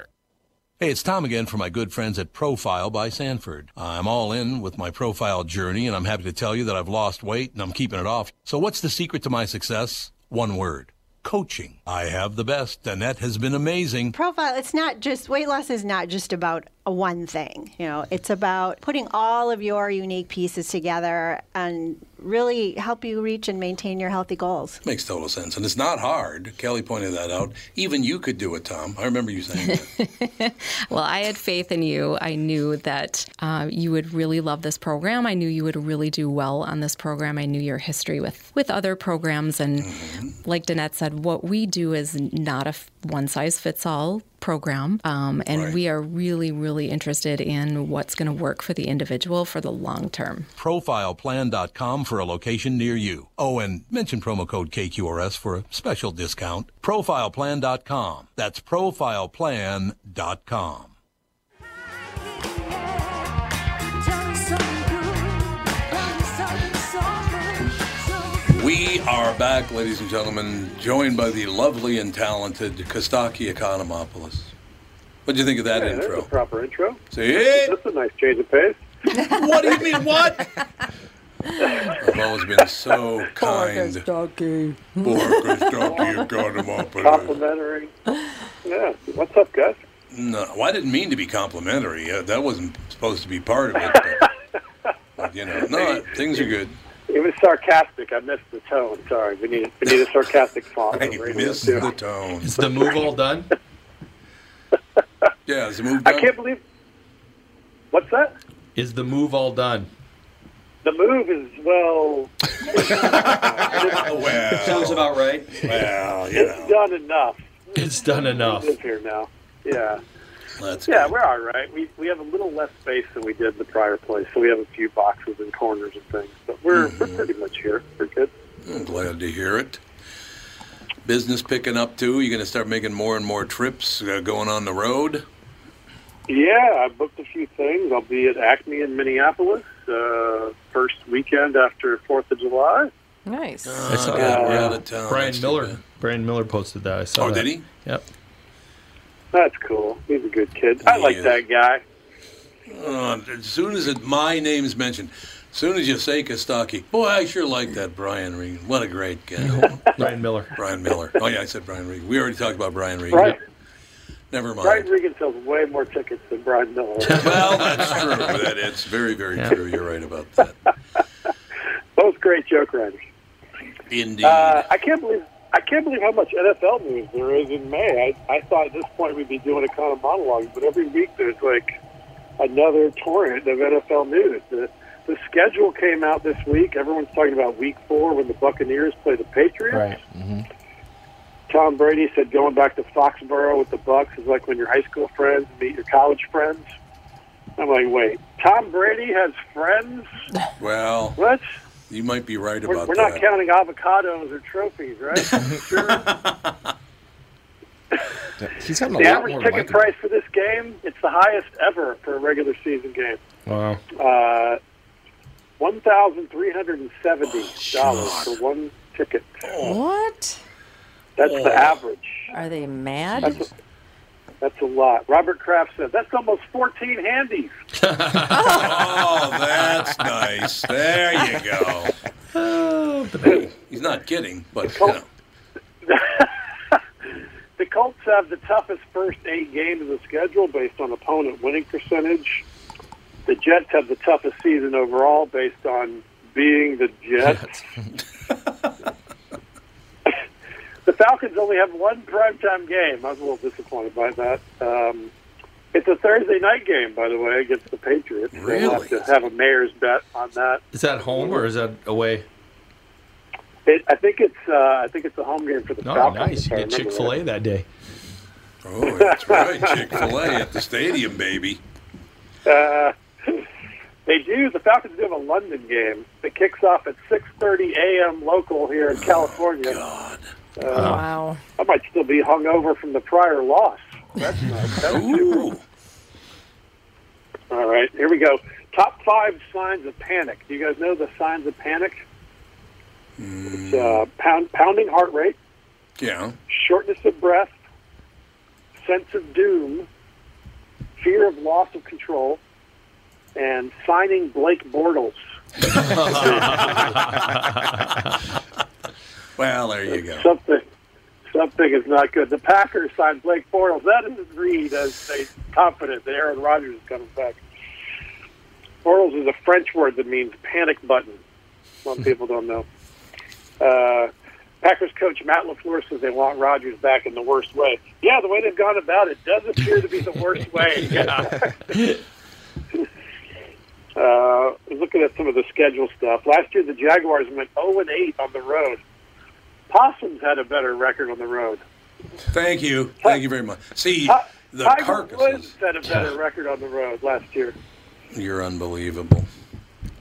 [SPEAKER 1] Hey, it's Tom again for my good friends at Profile by Sanford. I'm all in with my profile journey, and I'm happy to tell you that I've lost weight and I'm keeping it off. So, what's the secret to my success? One word coaching. I have the best. Annette has been amazing.
[SPEAKER 12] profile it's not just weight loss is not just about a one thing you know it's about putting all of your unique pieces together and really help you reach and maintain your healthy goals
[SPEAKER 1] Makes total sense. And it's not hard. Kelly pointed that out. Even you could do it, Tom. I remember you saying [laughs] that.
[SPEAKER 13] Well, I had faith in you. I knew that uh, you would really love this program. I knew you would really do well on this program. I knew your history with, with other programs. And like Danette said, what we do is not a one size fits all program. Um, and we are really, really interested in what's going to work for the individual for the long term.
[SPEAKER 1] profileplan.com for a location near you. Oh, and mention promo code KQRS for a special discount. Profileplan.com. That's profileplan.com. We are back, ladies and gentlemen, joined by the lovely and talented Kostaki Economopoulos. What'd you think of that
[SPEAKER 14] Yeah,
[SPEAKER 1] intro?
[SPEAKER 14] That's a proper intro.
[SPEAKER 1] See it?
[SPEAKER 14] That's a nice change of pace.
[SPEAKER 1] [laughs] what do you mean,
[SPEAKER 14] [laughs]
[SPEAKER 1] what? I've always been
[SPEAKER 14] Oh,
[SPEAKER 1] so kind.
[SPEAKER 14] Donkey.
[SPEAKER 1] Kostaki Economopoulos.
[SPEAKER 14] Complimentary. Yeah. What's up, guys?
[SPEAKER 1] No, well, I didn't mean to be complimentary. Uh, that wasn't supposed to be part of it. But,
[SPEAKER 14] [laughs]
[SPEAKER 1] but, you know, no, things are good.
[SPEAKER 14] It was sarcastic. I missed the tone. Sorry. We need we need a sarcastic font. on the radio,
[SPEAKER 1] missed
[SPEAKER 14] too.
[SPEAKER 1] the tone.
[SPEAKER 7] Is the move all done?
[SPEAKER 1] yeah, is the move
[SPEAKER 14] I can't believe. What's that?
[SPEAKER 7] Is the move all done?
[SPEAKER 14] The move is well.
[SPEAKER 6] Sounds about right.
[SPEAKER 1] Well,
[SPEAKER 14] it's done enough.
[SPEAKER 7] It's done enough.
[SPEAKER 14] We live here now. Yeah.
[SPEAKER 1] That's
[SPEAKER 14] yeah, we're all right. We we have a little less space than we did the prior place, so we have a few boxes and corners and things. But we're we're pretty much here. We're good.
[SPEAKER 1] I'm glad to hear it. Business picking up too. You're going to start making more and more trips uh, going on the road.
[SPEAKER 14] Yeah, I booked a few things. I'll be at Acme in Minneapolis uh, first weekend after Fourth of July.
[SPEAKER 3] Nice.
[SPEAKER 7] I saw
[SPEAKER 14] Yeah.
[SPEAKER 7] that.
[SPEAKER 14] We're
[SPEAKER 7] yeah.
[SPEAKER 14] out of town.
[SPEAKER 7] Brian
[SPEAKER 14] That's
[SPEAKER 7] Miller. Brian Miller posted that. I saw
[SPEAKER 1] Oh,
[SPEAKER 7] that.
[SPEAKER 1] did he?
[SPEAKER 7] Yep.
[SPEAKER 14] That's cool. He's a good kid. I like
[SPEAKER 1] Yeah.
[SPEAKER 14] that guy.
[SPEAKER 1] Uh, as soon as it, my name's mentioned, as soon as you say Kostaki, boy, I sure like that Brian Regan. What a great guy.
[SPEAKER 7] [laughs] Brian Miller.
[SPEAKER 1] Brian Miller. Oh, yeah, I said Brian Regan. We already talked about Brian Regan.
[SPEAKER 14] Right.
[SPEAKER 1] Never mind.
[SPEAKER 14] Brian Regan sells way more tickets than Brian Miller.
[SPEAKER 1] [laughs] Well, that's true. That, it's very, very true. You're right about that.
[SPEAKER 14] Both great joke writers.
[SPEAKER 1] Indeed.
[SPEAKER 14] Uh, I can't believe I can't believe how much NFL news there is in May. I, I thought at this point we'd be doing a kind of monologue, but every week there's like another torrent of NFL news. The, the schedule came out this week. Everyone's talking about Week Four when the Buccaneers play the
[SPEAKER 7] Right.
[SPEAKER 14] Patriots. Tom Brady said going back to Foxborough with the Bucks is like when your high school friends meet your college friends. I'm like, wait, Tom Brady has friends?
[SPEAKER 1] Well,
[SPEAKER 14] What?
[SPEAKER 1] you might be right
[SPEAKER 14] We're,
[SPEAKER 1] about
[SPEAKER 14] we're
[SPEAKER 1] that.
[SPEAKER 14] not counting avocados or trophies, right?
[SPEAKER 2] He's having a
[SPEAKER 14] the
[SPEAKER 2] lot
[SPEAKER 14] average
[SPEAKER 2] more
[SPEAKER 14] ticket
[SPEAKER 2] like
[SPEAKER 14] price for this game it's the highest ever for a regular season game
[SPEAKER 7] Wow.
[SPEAKER 14] uh,
[SPEAKER 2] Oh,
[SPEAKER 14] $1370 for one ticket
[SPEAKER 3] What?
[SPEAKER 14] that's
[SPEAKER 2] Oh.
[SPEAKER 14] the average
[SPEAKER 3] Are they mad?
[SPEAKER 14] that's a, that's a lot robert kraft said that's almost 14 handies
[SPEAKER 1] oh, that's nice. There you
[SPEAKER 2] Oh.
[SPEAKER 1] go. Hey, he's not kidding, but you know,
[SPEAKER 14] [laughs] the colts have the toughest first eight games of the schedule based on opponent winning percentage the jets have the toughest season overall based on being the jets [laughs] The Falcons only have one primetime game. I was a little disappointed by that. Um, it's a Thursday night game, by the way, against the Patriots. They'll
[SPEAKER 7] Really?
[SPEAKER 14] have to have a mayor's bet on that.
[SPEAKER 7] Is that home or is that away?
[SPEAKER 14] It, I think it's uh, I think it's a home game for the
[SPEAKER 7] No,
[SPEAKER 14] Falcons.
[SPEAKER 7] Oh, nice. You
[SPEAKER 14] if I
[SPEAKER 7] get
[SPEAKER 14] remember
[SPEAKER 7] Chick Fil A
[SPEAKER 14] right.
[SPEAKER 7] that day.
[SPEAKER 1] Oh, that's right. Chick Fil A at the stadium, baby.
[SPEAKER 14] Uh, they do. The Falcons do have a London game that kicks off at 6:30 a.m. local here
[SPEAKER 1] Oh,
[SPEAKER 14] in California. God. Uh,
[SPEAKER 3] wow.
[SPEAKER 14] I might still be hung over from the prior loss. That's nice. That's Ooh. All right, here we go. Top five signs of panic. Do you guys know the signs of panic? It's
[SPEAKER 1] Mm.
[SPEAKER 14] uh, pound, pounding heart rate,
[SPEAKER 1] Yeah.
[SPEAKER 14] shortness of breath, sense of doom, fear of loss of control, and signing Blake Bortles.
[SPEAKER 1] [laughs] Well, there you go.
[SPEAKER 14] Something, something is not good. The Packers signed Blake Bortles. That is agreed as they confident that Aaron Rodgers is coming back. Bortles is a French word that means panic button. Some people don't know. Uh, Packers coach Matt Lafleur says they want Rodgers back in the worst way. Yeah, the way they've gone about it does appear to be the
[SPEAKER 1] [laughs]
[SPEAKER 14] worst way. [laughs] Uh, looking at some of the schedule stuff, last year the Jaguars went 0 and 8 on the road. Possums had a better record on the road.
[SPEAKER 1] Thank you. Thank you very much. See, the
[SPEAKER 14] Tiger
[SPEAKER 1] carcasses.
[SPEAKER 14] Woods had a better record on the road last year.
[SPEAKER 1] You're unbelievable.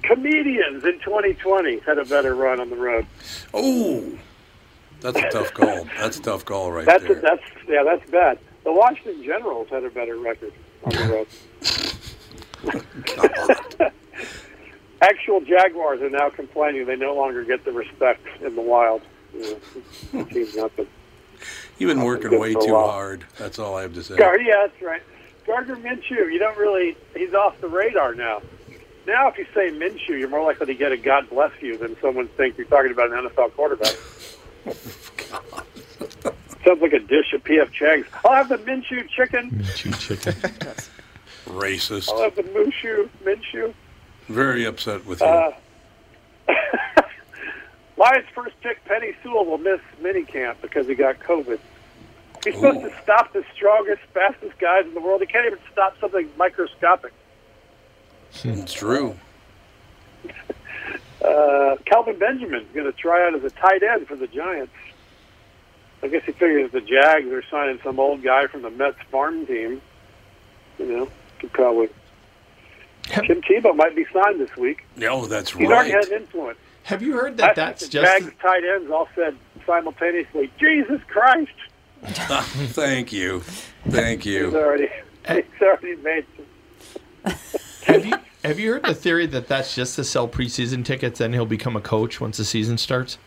[SPEAKER 14] Comedians in 2020 had a better run on the road.
[SPEAKER 1] Oh, that's a tough call. That's a tough call right
[SPEAKER 14] that's
[SPEAKER 1] there.
[SPEAKER 14] that's yeah, that's bad. The Washington Generals had a better record on the road.
[SPEAKER 1] [laughs]
[SPEAKER 14] Actual Jaguars are now complaining they no longer get the respect in the wild. Yeah, it seems nothing.
[SPEAKER 1] You've been working way
[SPEAKER 14] for a
[SPEAKER 1] too
[SPEAKER 14] while.
[SPEAKER 1] hard. That's all I have to say.
[SPEAKER 14] Gar- yeah, that's right. Gardner Minshew, you don't really, he's off the radar now. Now, if you say Minshew, you're more likely to get a God bless you than someone thinks you're talking about an NFL
[SPEAKER 1] [laughs]
[SPEAKER 14] quarterback. Sounds like a dish of P.F. Chang's. I'll have the Minshew chicken.
[SPEAKER 7] Chew chicken.
[SPEAKER 1] Racist.
[SPEAKER 14] I'll have Oh, the Mushu, Minshew.
[SPEAKER 1] Very upset with you.
[SPEAKER 14] Uh, [laughs] Lions first pick Penny Sewell will miss minicamp because he got COVID. He's supposed to stop the strongest, fastest guys in the world. He can't even stop something microscopic.
[SPEAKER 1] it's true.
[SPEAKER 14] Uh, Calvin Benjamin's going to try out as a tight end for the Giants. I guess he figures the Jags are signing some old guy from the Mets farm team. You know, could probably. Tim Tebow might be signed this week.
[SPEAKER 1] No, oh, that's
[SPEAKER 14] He already has influence.
[SPEAKER 7] Have you heard
[SPEAKER 14] I
[SPEAKER 7] that
[SPEAKER 14] think
[SPEAKER 7] that's
[SPEAKER 14] the
[SPEAKER 7] just
[SPEAKER 14] Jags tight ends all said simultaneously, "Jesus Christ!"
[SPEAKER 1] [laughs] Thank you. Thank
[SPEAKER 14] He's
[SPEAKER 1] you.
[SPEAKER 14] already, [laughs] he's already made.
[SPEAKER 7] Have you heard the theory that that's just to sell preseason tickets, then he'll become a coach once the season starts?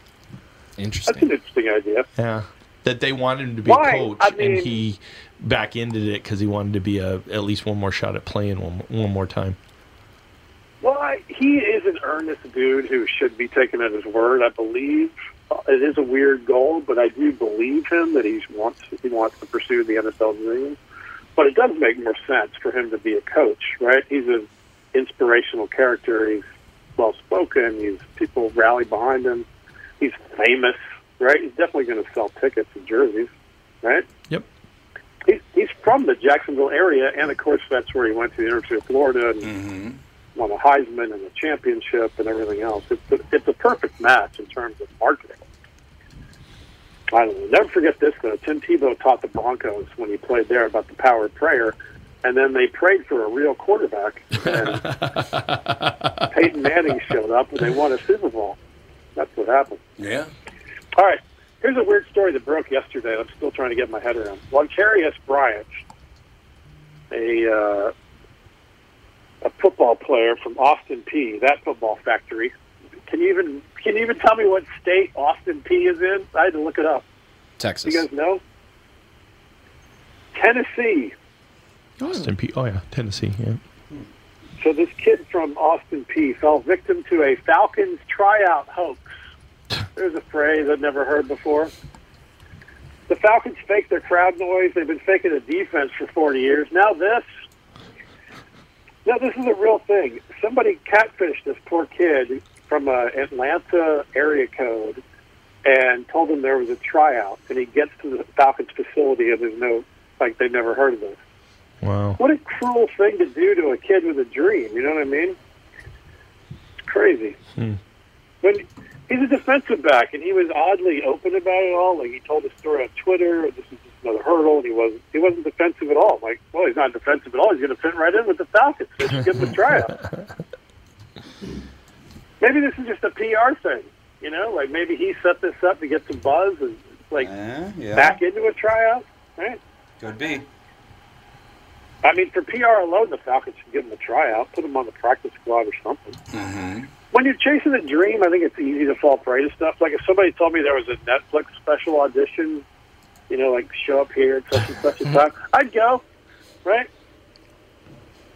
[SPEAKER 14] That's an interesting idea.
[SPEAKER 7] Yeah, that they wanted him to be
[SPEAKER 14] Why?
[SPEAKER 7] a coach,
[SPEAKER 14] I
[SPEAKER 7] and
[SPEAKER 14] mean-
[SPEAKER 7] he back ended it because he wanted to be a at least one more shot at playing one one more time.
[SPEAKER 14] Well, I, he is an earnest dude who should be taken at his word. I believe uh, it is a weird goal, but I do believe him that he wants he wants to pursue the NFL dream. But it does make more sense for him to be a coach, right? He's an inspirational character. He's well spoken. He's people rally behind him. He's famous, right? He's definitely going to sell tickets and jerseys, right?
[SPEAKER 7] Yep.
[SPEAKER 14] He's, he's from the Jacksonville area, and of course that's where he went to the University of Florida and won a Heisman and a championship and everything else. It's a, it's a perfect match in terms of marketing. I will never forget this though. Tim Tebow taught the Broncos when he played there about the power of prayer, and then they prayed for a real quarterback. And
[SPEAKER 7] [laughs]
[SPEAKER 14] Peyton Manning showed up, and they won a Super Bowl. That's what happened.
[SPEAKER 1] Yeah.
[SPEAKER 14] All right. Here's a weird story that broke yesterday. I'm still trying to get my head around. Loncarius Bryant, a uh, a football player from Austin P, that football factory. Can you even can you even tell me what state Austin P is in? I had to look it up.
[SPEAKER 8] Texas.
[SPEAKER 14] You guys know? Tennessee.
[SPEAKER 7] Austin Pe- oh yeah, Tennessee. Yeah.
[SPEAKER 14] So this kid from Austin P fell victim to a Falcons tryout hoax. There's a phrase I've never heard before. The Falcons faked their crowd noise. They've been faking a defense for 40 years. Now this. No, this is a real thing. Somebody catfished this poor kid from a Atlanta area code and told him there was a tryout. And he gets to the Falcons facility and there's no, like, they've never heard of this.
[SPEAKER 7] Wow.
[SPEAKER 14] What a cruel thing to do to a kid with a dream. You know what I mean? It's crazy.
[SPEAKER 7] Hmm.
[SPEAKER 14] When he's a defensive back, and he was oddly open about it all. Like he told his story on Twitter. This is just another hurdle, and he wasn't he wasn't defensive at all. Like, well, he's not defensive at all. He's going to fit right in with the Falcons. They should give him a tryout. Maybe this is just a PR thing. You know, like maybe he set this up to get some buzz and like
[SPEAKER 6] Uh, yeah.
[SPEAKER 14] back into a tryout, right?
[SPEAKER 6] Could be.
[SPEAKER 14] I mean, for PR alone, the Falcons should give him a tryout, put him on the practice squad or something.
[SPEAKER 9] Hmm.
[SPEAKER 14] When you're chasing a dream, I think it's easy to fall prey to stuff. Like if somebody told me there was a Netflix special audition, you know, like show up here at such and such
[SPEAKER 9] Hmm.
[SPEAKER 14] a time, I'd go, right?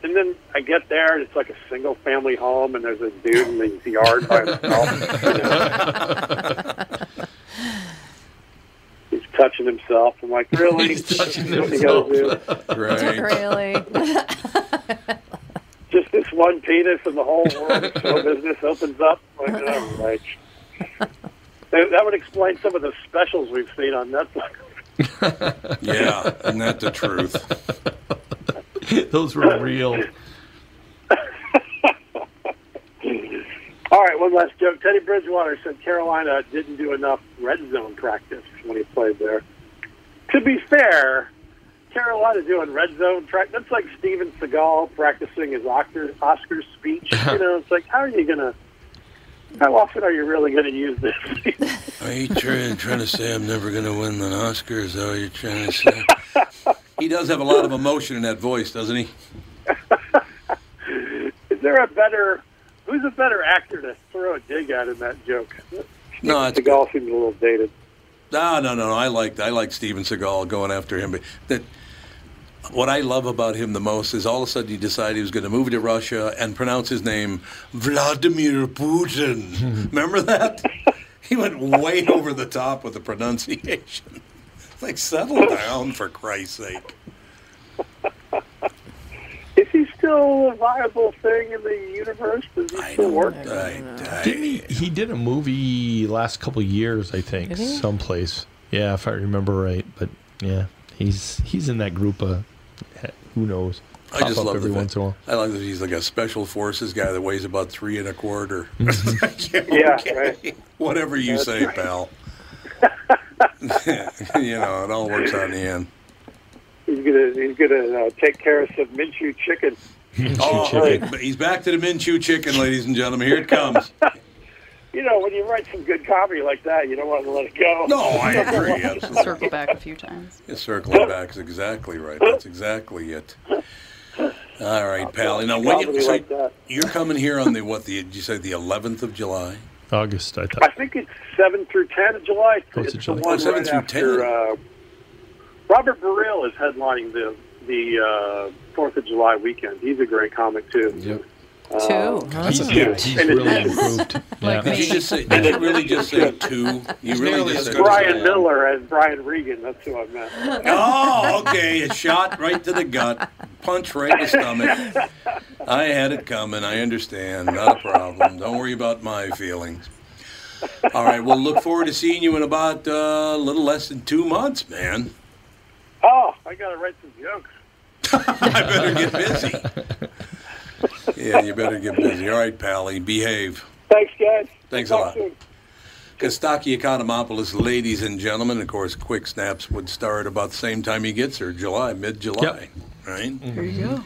[SPEAKER 14] And then I get there, and it's like a single family home, and there's a dude in the yard
[SPEAKER 9] [laughs]
[SPEAKER 14] by himself. you know. He's touching himself. I'm like, really?
[SPEAKER 9] He's touching
[SPEAKER 14] What you gotta
[SPEAKER 9] himself.
[SPEAKER 14] do?
[SPEAKER 9] Right.
[SPEAKER 5] [laughs]
[SPEAKER 9] Really?
[SPEAKER 14] Just this one penis, and the whole world of show [laughs] business opens up. Like, all right. [laughs] That that would explain some of the specials we've seen on Netflix.
[SPEAKER 1] [laughs] Yeah. Isn't that the truth?
[SPEAKER 7] [laughs] Those were real.
[SPEAKER 14] All right, one last joke. Teddy Bridgewater said Carolina didn't do enough red zone practice when he played there. To be fair, Carolina doing red zone practice, that's like Steven Seagal practicing his Oscar, Oscar speech. You know, it's like, how are you going to, how often are you really going to use this?
[SPEAKER 1] Are you trying, trying to say I'm never going to win an Oscar? Is that what you're trying to say? [laughs] he does have a lot of emotion in that voice, doesn't he?
[SPEAKER 14] Is there a better, who's a better actor to throw a dig at in that joke?
[SPEAKER 1] No, it's
[SPEAKER 14] Seagal seems a little dated.
[SPEAKER 1] No, no, no, no. I like I like Steven Seagal going after him. But that what I love about him the most is all of a sudden he decided he was going to move to Russia and pronounce his name Vladimir [laughs] Putin. Remember that? he went way over the top with the pronunciation. [laughs] It's like settle
[SPEAKER 14] [laughs]
[SPEAKER 1] down for Christ's sake.
[SPEAKER 14] Is he still a viable thing in the universe? Does he still work?
[SPEAKER 7] Didn't he, he did a movie last couple years, I think,
[SPEAKER 14] Did he?
[SPEAKER 7] someplace. Yeah, if I remember right. But yeah, he's he's in that group of who knows.
[SPEAKER 1] I
[SPEAKER 7] pop
[SPEAKER 1] just
[SPEAKER 7] up
[SPEAKER 1] love
[SPEAKER 7] every
[SPEAKER 1] the
[SPEAKER 7] once in a while.
[SPEAKER 1] I like that he's like a special forces guy that weighs about three and
[SPEAKER 7] [laughs]
[SPEAKER 1] a
[SPEAKER 7] Mm-hmm.
[SPEAKER 1] [laughs] quarter.
[SPEAKER 14] Yeah, right. [laughs]
[SPEAKER 1] Whatever you say, pal. [laughs] you know, it all works out in the end.
[SPEAKER 14] He's gonna he's gonna uh, take care of some Minshew chicken.
[SPEAKER 1] Oh,
[SPEAKER 14] chicken.
[SPEAKER 1] right. He's back to the Minshew chicken, ladies and gentlemen. Here it comes.
[SPEAKER 14] You know, when you write some good comedy like that, you don't want to let it go.
[SPEAKER 1] No,
[SPEAKER 14] [laughs]
[SPEAKER 1] I agree. Absolutely.
[SPEAKER 5] Circle back a few times.
[SPEAKER 1] Yeah, circling back is exactly right. That's exactly it. All right, Pally. Now, when you,
[SPEAKER 14] Probably
[SPEAKER 1] so
[SPEAKER 14] like that.
[SPEAKER 1] you're coming here on the what? The did you say the 11th of
[SPEAKER 14] [laughs]
[SPEAKER 1] July?
[SPEAKER 7] August, I
[SPEAKER 14] I
[SPEAKER 7] thought.
[SPEAKER 14] think it's seven through ten of July.
[SPEAKER 7] Oh, it's
[SPEAKER 14] it's
[SPEAKER 7] in July.
[SPEAKER 14] the one
[SPEAKER 7] Oh, 7
[SPEAKER 14] right
[SPEAKER 7] through
[SPEAKER 14] after. Uh, Robert Burrell is headlining the the uh, Fourth of July weekend. He's a great comic too. Uh, Yep.
[SPEAKER 1] Two. That's a fact. He's really [laughs] improved. Like Did you me. just say- did you really just say two? You really just said
[SPEAKER 14] Brian
[SPEAKER 1] two.
[SPEAKER 14] Miller and Brian Regan. That's who
[SPEAKER 7] [laughs]
[SPEAKER 14] I meant.
[SPEAKER 1] Oh, okay. A shot right to the gut, punch right in the stomach. I had it coming. I understand. Not a problem. Don't worry about my feelings. All right. We'll look forward to seeing you in about uh, a little less than two months, man.
[SPEAKER 14] Oh, I gotta write some jokes.
[SPEAKER 1] I better get busy. Yeah, you better get busy. All right, Pally. Behave.
[SPEAKER 14] Thanks, guys.
[SPEAKER 1] Thanks
[SPEAKER 14] Talk
[SPEAKER 1] a lot.
[SPEAKER 14] soon.
[SPEAKER 1] Kostaki Economopoulos, ladies and gentlemen. Of course, Quick Snaps would start about the same time he gets here, July, mid July. Right?
[SPEAKER 5] There you go.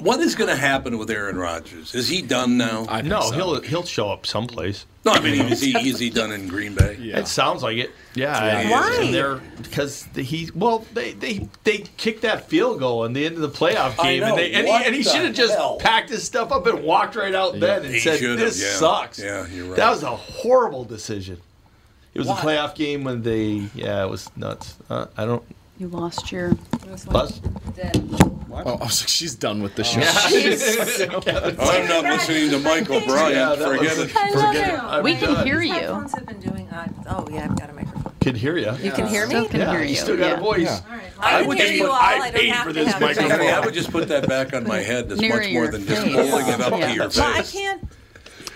[SPEAKER 1] What is going to happen with Aaron Rodgers? Is he done now?
[SPEAKER 7] no, he'll he'll show up someplace.
[SPEAKER 1] No, I mean, is he is he done in Green Bay?
[SPEAKER 7] It sounds like it. Yeah.
[SPEAKER 1] Yeah. Why?
[SPEAKER 7] And They're, because he well they, they they kicked that field goal in the end of the playoff
[SPEAKER 1] I
[SPEAKER 7] game
[SPEAKER 1] know.
[SPEAKER 7] and they and
[SPEAKER 1] What
[SPEAKER 7] he, and he
[SPEAKER 1] the
[SPEAKER 7] should have just
[SPEAKER 1] hell?
[SPEAKER 7] packed his stuff up and walked right out then and
[SPEAKER 1] He
[SPEAKER 7] said
[SPEAKER 1] should've,
[SPEAKER 7] this
[SPEAKER 1] yeah.
[SPEAKER 7] sucks.
[SPEAKER 1] Yeah, you're right.
[SPEAKER 7] That was a horrible decision. It was
[SPEAKER 5] Why?
[SPEAKER 7] a playoff game when they yeah it was nuts. Uh, I don't
[SPEAKER 5] You lost your.
[SPEAKER 7] Buzz? Oh.
[SPEAKER 2] Oh, I was like, she's done with the show.
[SPEAKER 7] [laughs]
[SPEAKER 1] I'm not listening to Mike O'Brien.
[SPEAKER 7] Yeah, that
[SPEAKER 1] Forget
[SPEAKER 7] was-
[SPEAKER 1] it.
[SPEAKER 7] I love Forget it.
[SPEAKER 3] Oh,
[SPEAKER 7] I'm
[SPEAKER 3] my
[SPEAKER 7] done.
[SPEAKER 3] My phones have been doing odd. Oh, yeah, I've got uh, a microphone.
[SPEAKER 7] Can hear you.
[SPEAKER 3] You can hear me? Still can
[SPEAKER 7] yeah,
[SPEAKER 3] hear
[SPEAKER 7] you.
[SPEAKER 3] you,
[SPEAKER 7] Still got
[SPEAKER 3] yeah.
[SPEAKER 7] a voice.
[SPEAKER 3] Yeah. All right. I can hear you all. I don't have to have a
[SPEAKER 1] I, mean, I
[SPEAKER 3] microphone.
[SPEAKER 1] would just put that back on my head. That's
[SPEAKER 3] Near
[SPEAKER 1] much more
[SPEAKER 3] your
[SPEAKER 1] than just
[SPEAKER 3] face.
[SPEAKER 1] holding it up to your
[SPEAKER 3] Well, I
[SPEAKER 1] face.
[SPEAKER 3] can't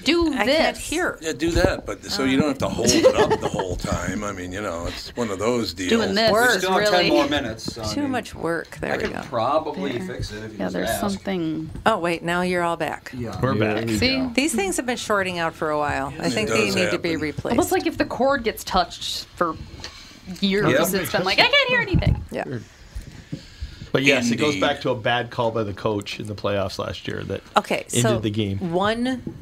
[SPEAKER 3] do I this. can't hear.
[SPEAKER 1] Yeah, do that, but so you don't have to hold it up the whole time. I mean, you know, it's one of those deals.
[SPEAKER 3] Doing this Work,
[SPEAKER 6] We still have ten
[SPEAKER 3] really.
[SPEAKER 6] more minutes. So I
[SPEAKER 3] Too
[SPEAKER 6] mean,
[SPEAKER 3] much work. There
[SPEAKER 6] I
[SPEAKER 3] we
[SPEAKER 6] could
[SPEAKER 3] go.
[SPEAKER 6] probably fix it if you
[SPEAKER 3] Yeah,
[SPEAKER 6] just
[SPEAKER 3] there's
[SPEAKER 6] ask.
[SPEAKER 3] something. Oh wait, now you're all back.
[SPEAKER 6] Yeah.
[SPEAKER 7] We're back.
[SPEAKER 5] See?
[SPEAKER 3] These things have been shorting out for a while. I
[SPEAKER 5] It
[SPEAKER 3] think they
[SPEAKER 5] does
[SPEAKER 3] need to be replaced.
[SPEAKER 5] Almost like if the cord gets touched for years,
[SPEAKER 7] Yeah.
[SPEAKER 5] it's been like, I can't hear anything.
[SPEAKER 3] Yeah.
[SPEAKER 7] But yes, it goes back to a bad call by the coach in the playoffs last year that
[SPEAKER 3] Okay,
[SPEAKER 7] ended
[SPEAKER 3] so
[SPEAKER 7] the game.
[SPEAKER 3] one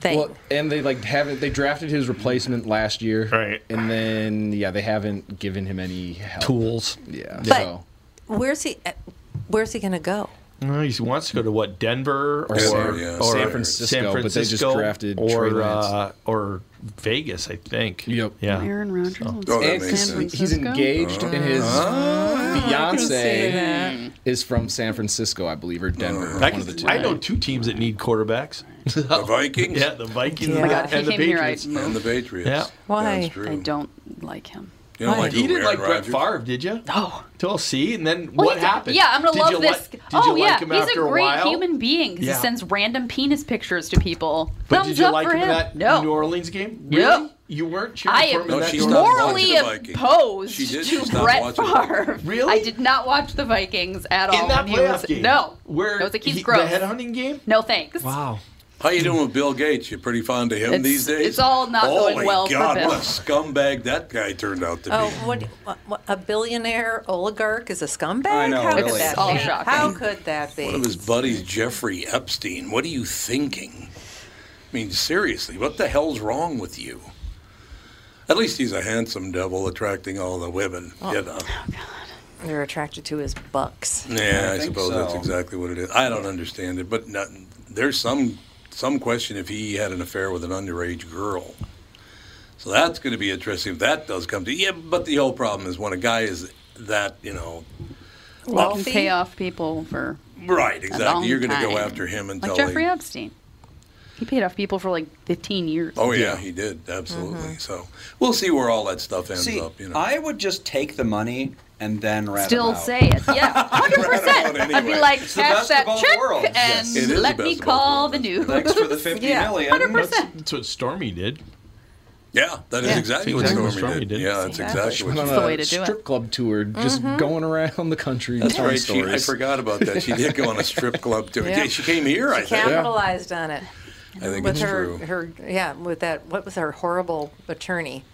[SPEAKER 3] thing.
[SPEAKER 2] Well, and they like haven't they drafted his replacement last year, right? And then yeah, they haven't given him any help.
[SPEAKER 7] tools.
[SPEAKER 2] Yeah,
[SPEAKER 3] But-
[SPEAKER 1] Oh,
[SPEAKER 2] so
[SPEAKER 3] Where's he? uh, Where's he gonna go?
[SPEAKER 7] No, he wants to go to what Denver or,
[SPEAKER 2] Or San- yeah,
[SPEAKER 7] or
[SPEAKER 2] San Francisco,
[SPEAKER 7] San
[SPEAKER 2] but they just
[SPEAKER 7] Francisco
[SPEAKER 2] drafted Trey
[SPEAKER 7] or
[SPEAKER 2] Lance.
[SPEAKER 7] uh, or Vegas, I think. Yep. Yeah.
[SPEAKER 5] Aaron Rodgers.
[SPEAKER 2] Oh, that And makes he's- sense. he's engaged and his
[SPEAKER 1] Oh.
[SPEAKER 7] Oh,
[SPEAKER 1] Ah,
[SPEAKER 2] Mm. fiance is from San Francisco, I believe, or
[SPEAKER 1] Uh-huh.
[SPEAKER 2] Denver, or
[SPEAKER 7] I,
[SPEAKER 2] one of the
[SPEAKER 7] can-
[SPEAKER 2] two.
[SPEAKER 7] I know two teams that need quarterbacks.
[SPEAKER 1] [laughs]
[SPEAKER 7] the
[SPEAKER 1] Vikings?
[SPEAKER 7] Yeah, the Vikings
[SPEAKER 5] Oh my God, if he
[SPEAKER 7] and the
[SPEAKER 5] came here,
[SPEAKER 7] Patriots.
[SPEAKER 5] I'd move. And the
[SPEAKER 1] Patriots.
[SPEAKER 7] Yeah.
[SPEAKER 5] Why? I don't like him.
[SPEAKER 7] You, don't
[SPEAKER 5] Why?
[SPEAKER 7] like you didn't like Brett
[SPEAKER 5] Rodgers?
[SPEAKER 7] Favre, did you?
[SPEAKER 5] No.
[SPEAKER 7] Till see, and then
[SPEAKER 5] Well,
[SPEAKER 7] what
[SPEAKER 5] he's a-
[SPEAKER 7] happened?
[SPEAKER 5] yeah, I'm gonna
[SPEAKER 7] Did
[SPEAKER 5] love
[SPEAKER 7] you
[SPEAKER 5] this.
[SPEAKER 7] Like, did
[SPEAKER 5] oh
[SPEAKER 7] you
[SPEAKER 5] yeah,
[SPEAKER 7] like him
[SPEAKER 5] he's
[SPEAKER 7] after
[SPEAKER 5] a great
[SPEAKER 7] while?
[SPEAKER 5] human being because
[SPEAKER 7] Yeah.
[SPEAKER 5] he sends random penis pictures to people.
[SPEAKER 7] But
[SPEAKER 5] Thumbs
[SPEAKER 7] did you
[SPEAKER 5] up
[SPEAKER 7] like
[SPEAKER 5] for
[SPEAKER 7] him in
[SPEAKER 5] him.
[SPEAKER 7] that
[SPEAKER 5] no,
[SPEAKER 7] New Orleans
[SPEAKER 5] [laughs]
[SPEAKER 7] game?
[SPEAKER 5] Yep.
[SPEAKER 7] Really? You weren't cheering
[SPEAKER 5] I
[SPEAKER 7] for
[SPEAKER 5] am
[SPEAKER 7] him in that New Orleans
[SPEAKER 5] morally
[SPEAKER 7] game?
[SPEAKER 5] opposed
[SPEAKER 7] She did. She
[SPEAKER 5] to
[SPEAKER 7] stopped
[SPEAKER 5] Brett
[SPEAKER 7] watching the
[SPEAKER 5] Favre.
[SPEAKER 7] Really?
[SPEAKER 5] I did not watch the Vikings at all.
[SPEAKER 7] In that
[SPEAKER 5] when he was-
[SPEAKER 7] playoff game?
[SPEAKER 5] No.
[SPEAKER 7] Where
[SPEAKER 5] it was a Keith
[SPEAKER 7] he- the
[SPEAKER 5] Gross.
[SPEAKER 7] headhunting game?
[SPEAKER 5] No thanks.
[SPEAKER 7] Wow.
[SPEAKER 1] How you doing with Bill Gates? You pretty fond of him
[SPEAKER 5] It's-
[SPEAKER 1] these days?
[SPEAKER 5] it's all not
[SPEAKER 1] Holy
[SPEAKER 5] going well for
[SPEAKER 1] God,
[SPEAKER 5] Bill.
[SPEAKER 1] what a scumbag that guy turned out to
[SPEAKER 3] Oh,
[SPEAKER 1] be.
[SPEAKER 3] what, what, what- A billionaire oligarch is a scumbag.
[SPEAKER 1] I know,
[SPEAKER 3] How
[SPEAKER 1] really.
[SPEAKER 3] could that
[SPEAKER 1] It's all
[SPEAKER 3] be?
[SPEAKER 1] shocking.
[SPEAKER 3] How could that be?
[SPEAKER 1] One of his buddies, Jeffrey Epstein. What are you thinking? I mean, seriously, what the hell's wrong with you? At least he's a handsome devil, attracting all the women.
[SPEAKER 5] Oh,
[SPEAKER 1] You know.
[SPEAKER 3] They're attracted to his bucks.
[SPEAKER 1] Yeah, I, suppose that's
[SPEAKER 3] so.
[SPEAKER 1] exactly what it is. I don't understand it, but not, there's some some question if he had an affair with an underage girl. So that's going to be interesting if that does come to. Yeah, but the whole problem is when a guy is that you know
[SPEAKER 5] Well, you pay off people for
[SPEAKER 1] right
[SPEAKER 5] a
[SPEAKER 1] exactly, you're
[SPEAKER 5] long
[SPEAKER 1] going to go
[SPEAKER 5] time.
[SPEAKER 1] after him until
[SPEAKER 5] like
[SPEAKER 1] they-
[SPEAKER 5] Jeffrey Epstein. He paid off people for like 15 years.
[SPEAKER 1] Oh yeah, he did absolutely.
[SPEAKER 5] Mm-hmm.
[SPEAKER 1] So we'll see where all that stuff ends
[SPEAKER 6] See,
[SPEAKER 1] up. You know,
[SPEAKER 6] I would just take the money and then rat
[SPEAKER 5] Still
[SPEAKER 6] him out.
[SPEAKER 5] say
[SPEAKER 6] [laughs]
[SPEAKER 5] it. Yeah, 100%. I'd be like,
[SPEAKER 6] It's the
[SPEAKER 5] cash
[SPEAKER 6] best of
[SPEAKER 5] that
[SPEAKER 6] both
[SPEAKER 5] check
[SPEAKER 6] worlds.
[SPEAKER 5] and
[SPEAKER 6] Yes. It is the
[SPEAKER 5] let
[SPEAKER 6] best
[SPEAKER 5] me
[SPEAKER 6] of both
[SPEAKER 5] call the news.
[SPEAKER 6] Thanks
[SPEAKER 5] [laughs]
[SPEAKER 6] for the 50
[SPEAKER 5] yeah.
[SPEAKER 6] million.
[SPEAKER 5] 100%.
[SPEAKER 7] That's, that's what Stormy did.
[SPEAKER 1] Yeah, that is
[SPEAKER 7] Yeah.
[SPEAKER 1] exactly
[SPEAKER 7] That's
[SPEAKER 1] what
[SPEAKER 7] exactly
[SPEAKER 1] Stormy,
[SPEAKER 7] what Stormy
[SPEAKER 1] did.
[SPEAKER 7] did.
[SPEAKER 1] Yeah, that's
[SPEAKER 7] Exactly.
[SPEAKER 1] exactly what
[SPEAKER 2] Went
[SPEAKER 1] she
[SPEAKER 2] on a
[SPEAKER 1] did.
[SPEAKER 2] strip club tour, just
[SPEAKER 3] Mm-hmm.
[SPEAKER 1] Mhm.
[SPEAKER 2] going around the country.
[SPEAKER 1] That's
[SPEAKER 2] telling
[SPEAKER 1] right. She, I
[SPEAKER 2] Stories.
[SPEAKER 1] forgot about that. She
[SPEAKER 2] [laughs]
[SPEAKER 1] did go on a strip club too.
[SPEAKER 3] Yeah.
[SPEAKER 1] Yeah, she came here. I
[SPEAKER 3] She
[SPEAKER 1] think.
[SPEAKER 3] capitalized on it.
[SPEAKER 1] I think
[SPEAKER 3] with
[SPEAKER 1] it's
[SPEAKER 3] her,
[SPEAKER 1] true.
[SPEAKER 3] her, yeah, with that, what was her horrible attorney?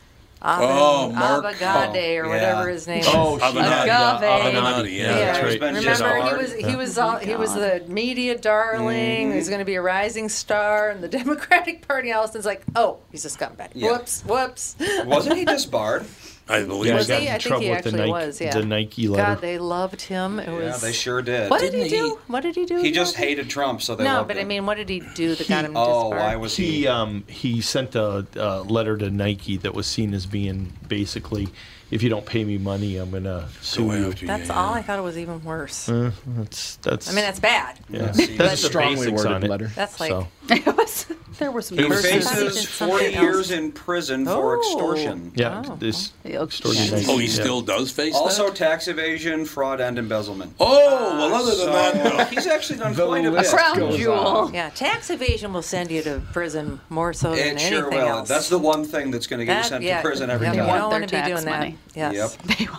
[SPEAKER 1] Oh, Mark.
[SPEAKER 3] Avagade or
[SPEAKER 1] Oh,
[SPEAKER 3] whatever
[SPEAKER 1] yeah.
[SPEAKER 3] his name
[SPEAKER 1] Oh,
[SPEAKER 3] is.
[SPEAKER 1] shit. Avenatti.
[SPEAKER 3] Agave.
[SPEAKER 1] Avenatti, yeah, that's right.
[SPEAKER 3] Remember,
[SPEAKER 1] Just
[SPEAKER 3] he
[SPEAKER 1] hard.
[SPEAKER 3] was he
[SPEAKER 1] Yeah.
[SPEAKER 3] was all, he was the media darling. He's going to be a rising star in the [laughs] Democratic Party. Allison's like, oh, he's a scumbag.
[SPEAKER 6] Yeah.
[SPEAKER 3] Whoops, whoops.
[SPEAKER 6] [laughs] Wasn't
[SPEAKER 3] [laughs]
[SPEAKER 6] he disbarred?
[SPEAKER 1] I
[SPEAKER 7] believe
[SPEAKER 3] was
[SPEAKER 7] he got
[SPEAKER 3] he?
[SPEAKER 7] in
[SPEAKER 3] I think
[SPEAKER 7] trouble
[SPEAKER 3] he
[SPEAKER 7] with the
[SPEAKER 3] actually
[SPEAKER 7] Nike-
[SPEAKER 3] was. Yeah.
[SPEAKER 7] the Nike
[SPEAKER 3] God,
[SPEAKER 7] letter.
[SPEAKER 3] they loved him. It
[SPEAKER 6] Yeah,
[SPEAKER 3] was.
[SPEAKER 6] they sure did.
[SPEAKER 3] What did he do? What did he do?
[SPEAKER 6] He
[SPEAKER 3] again?
[SPEAKER 6] just hated Trump, so they
[SPEAKER 3] No,
[SPEAKER 6] loved
[SPEAKER 3] but
[SPEAKER 6] him.
[SPEAKER 3] I mean, what did he do that got him
[SPEAKER 7] [laughs] Oh,
[SPEAKER 3] disbarred?
[SPEAKER 7] why was he? Um, he sent a, uh letter to Nike that was seen as being basically, if you don't pay me money, I'm gonna sue you.
[SPEAKER 3] That's all I thought it was even worse.
[SPEAKER 7] Uh, that's that's.
[SPEAKER 3] I mean, that's bad.
[SPEAKER 7] Yeah,
[SPEAKER 3] That's
[SPEAKER 7] that's the
[SPEAKER 2] strongly
[SPEAKER 7] basics
[SPEAKER 2] worded
[SPEAKER 7] on it.
[SPEAKER 2] letter.
[SPEAKER 3] That's like
[SPEAKER 7] So.
[SPEAKER 3] it was. There were some
[SPEAKER 6] He
[SPEAKER 3] curses.
[SPEAKER 6] faces 40 years in prison for
[SPEAKER 3] Oh.
[SPEAKER 6] extortion.
[SPEAKER 7] Yeah,
[SPEAKER 5] Oh,
[SPEAKER 7] this extraordinary.
[SPEAKER 1] Oh, he still does face
[SPEAKER 6] Also, tax evasion, fraud, and embezzlement.
[SPEAKER 1] Oh, well, other than that,
[SPEAKER 6] though, he's actually
[SPEAKER 1] [laughs]
[SPEAKER 6] done
[SPEAKER 1] The
[SPEAKER 6] quite a
[SPEAKER 1] list
[SPEAKER 6] bit.
[SPEAKER 3] Yeah, tax evasion will send you to prison more so than
[SPEAKER 6] It
[SPEAKER 3] anything
[SPEAKER 6] sure will.
[SPEAKER 3] else.
[SPEAKER 6] That's the one thing that's going to get you
[SPEAKER 3] That-
[SPEAKER 6] sent
[SPEAKER 3] yeah,
[SPEAKER 6] to prison every
[SPEAKER 3] yeah,
[SPEAKER 6] time.
[SPEAKER 3] You don't want to be doing that. Yes.
[SPEAKER 1] Yep.